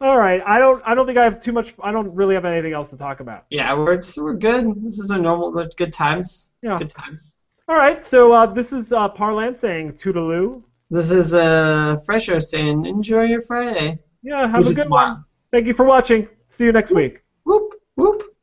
A: All right. I don't. I don't think I have too much. I don't really have anything else to talk about.
B: Yeah, we're it's, we're good. This is a normal they're good times.
A: Yeah.
B: Good times.
A: All right. So uh, this is uh, Parlan saying toodaloo.
B: This is uh, fresher saying enjoy your Friday.
A: Yeah. Have
B: which
A: a
B: is
A: good
B: tomorrow.
A: one. Thank you for watching. See you next week.
B: Whoop whoop.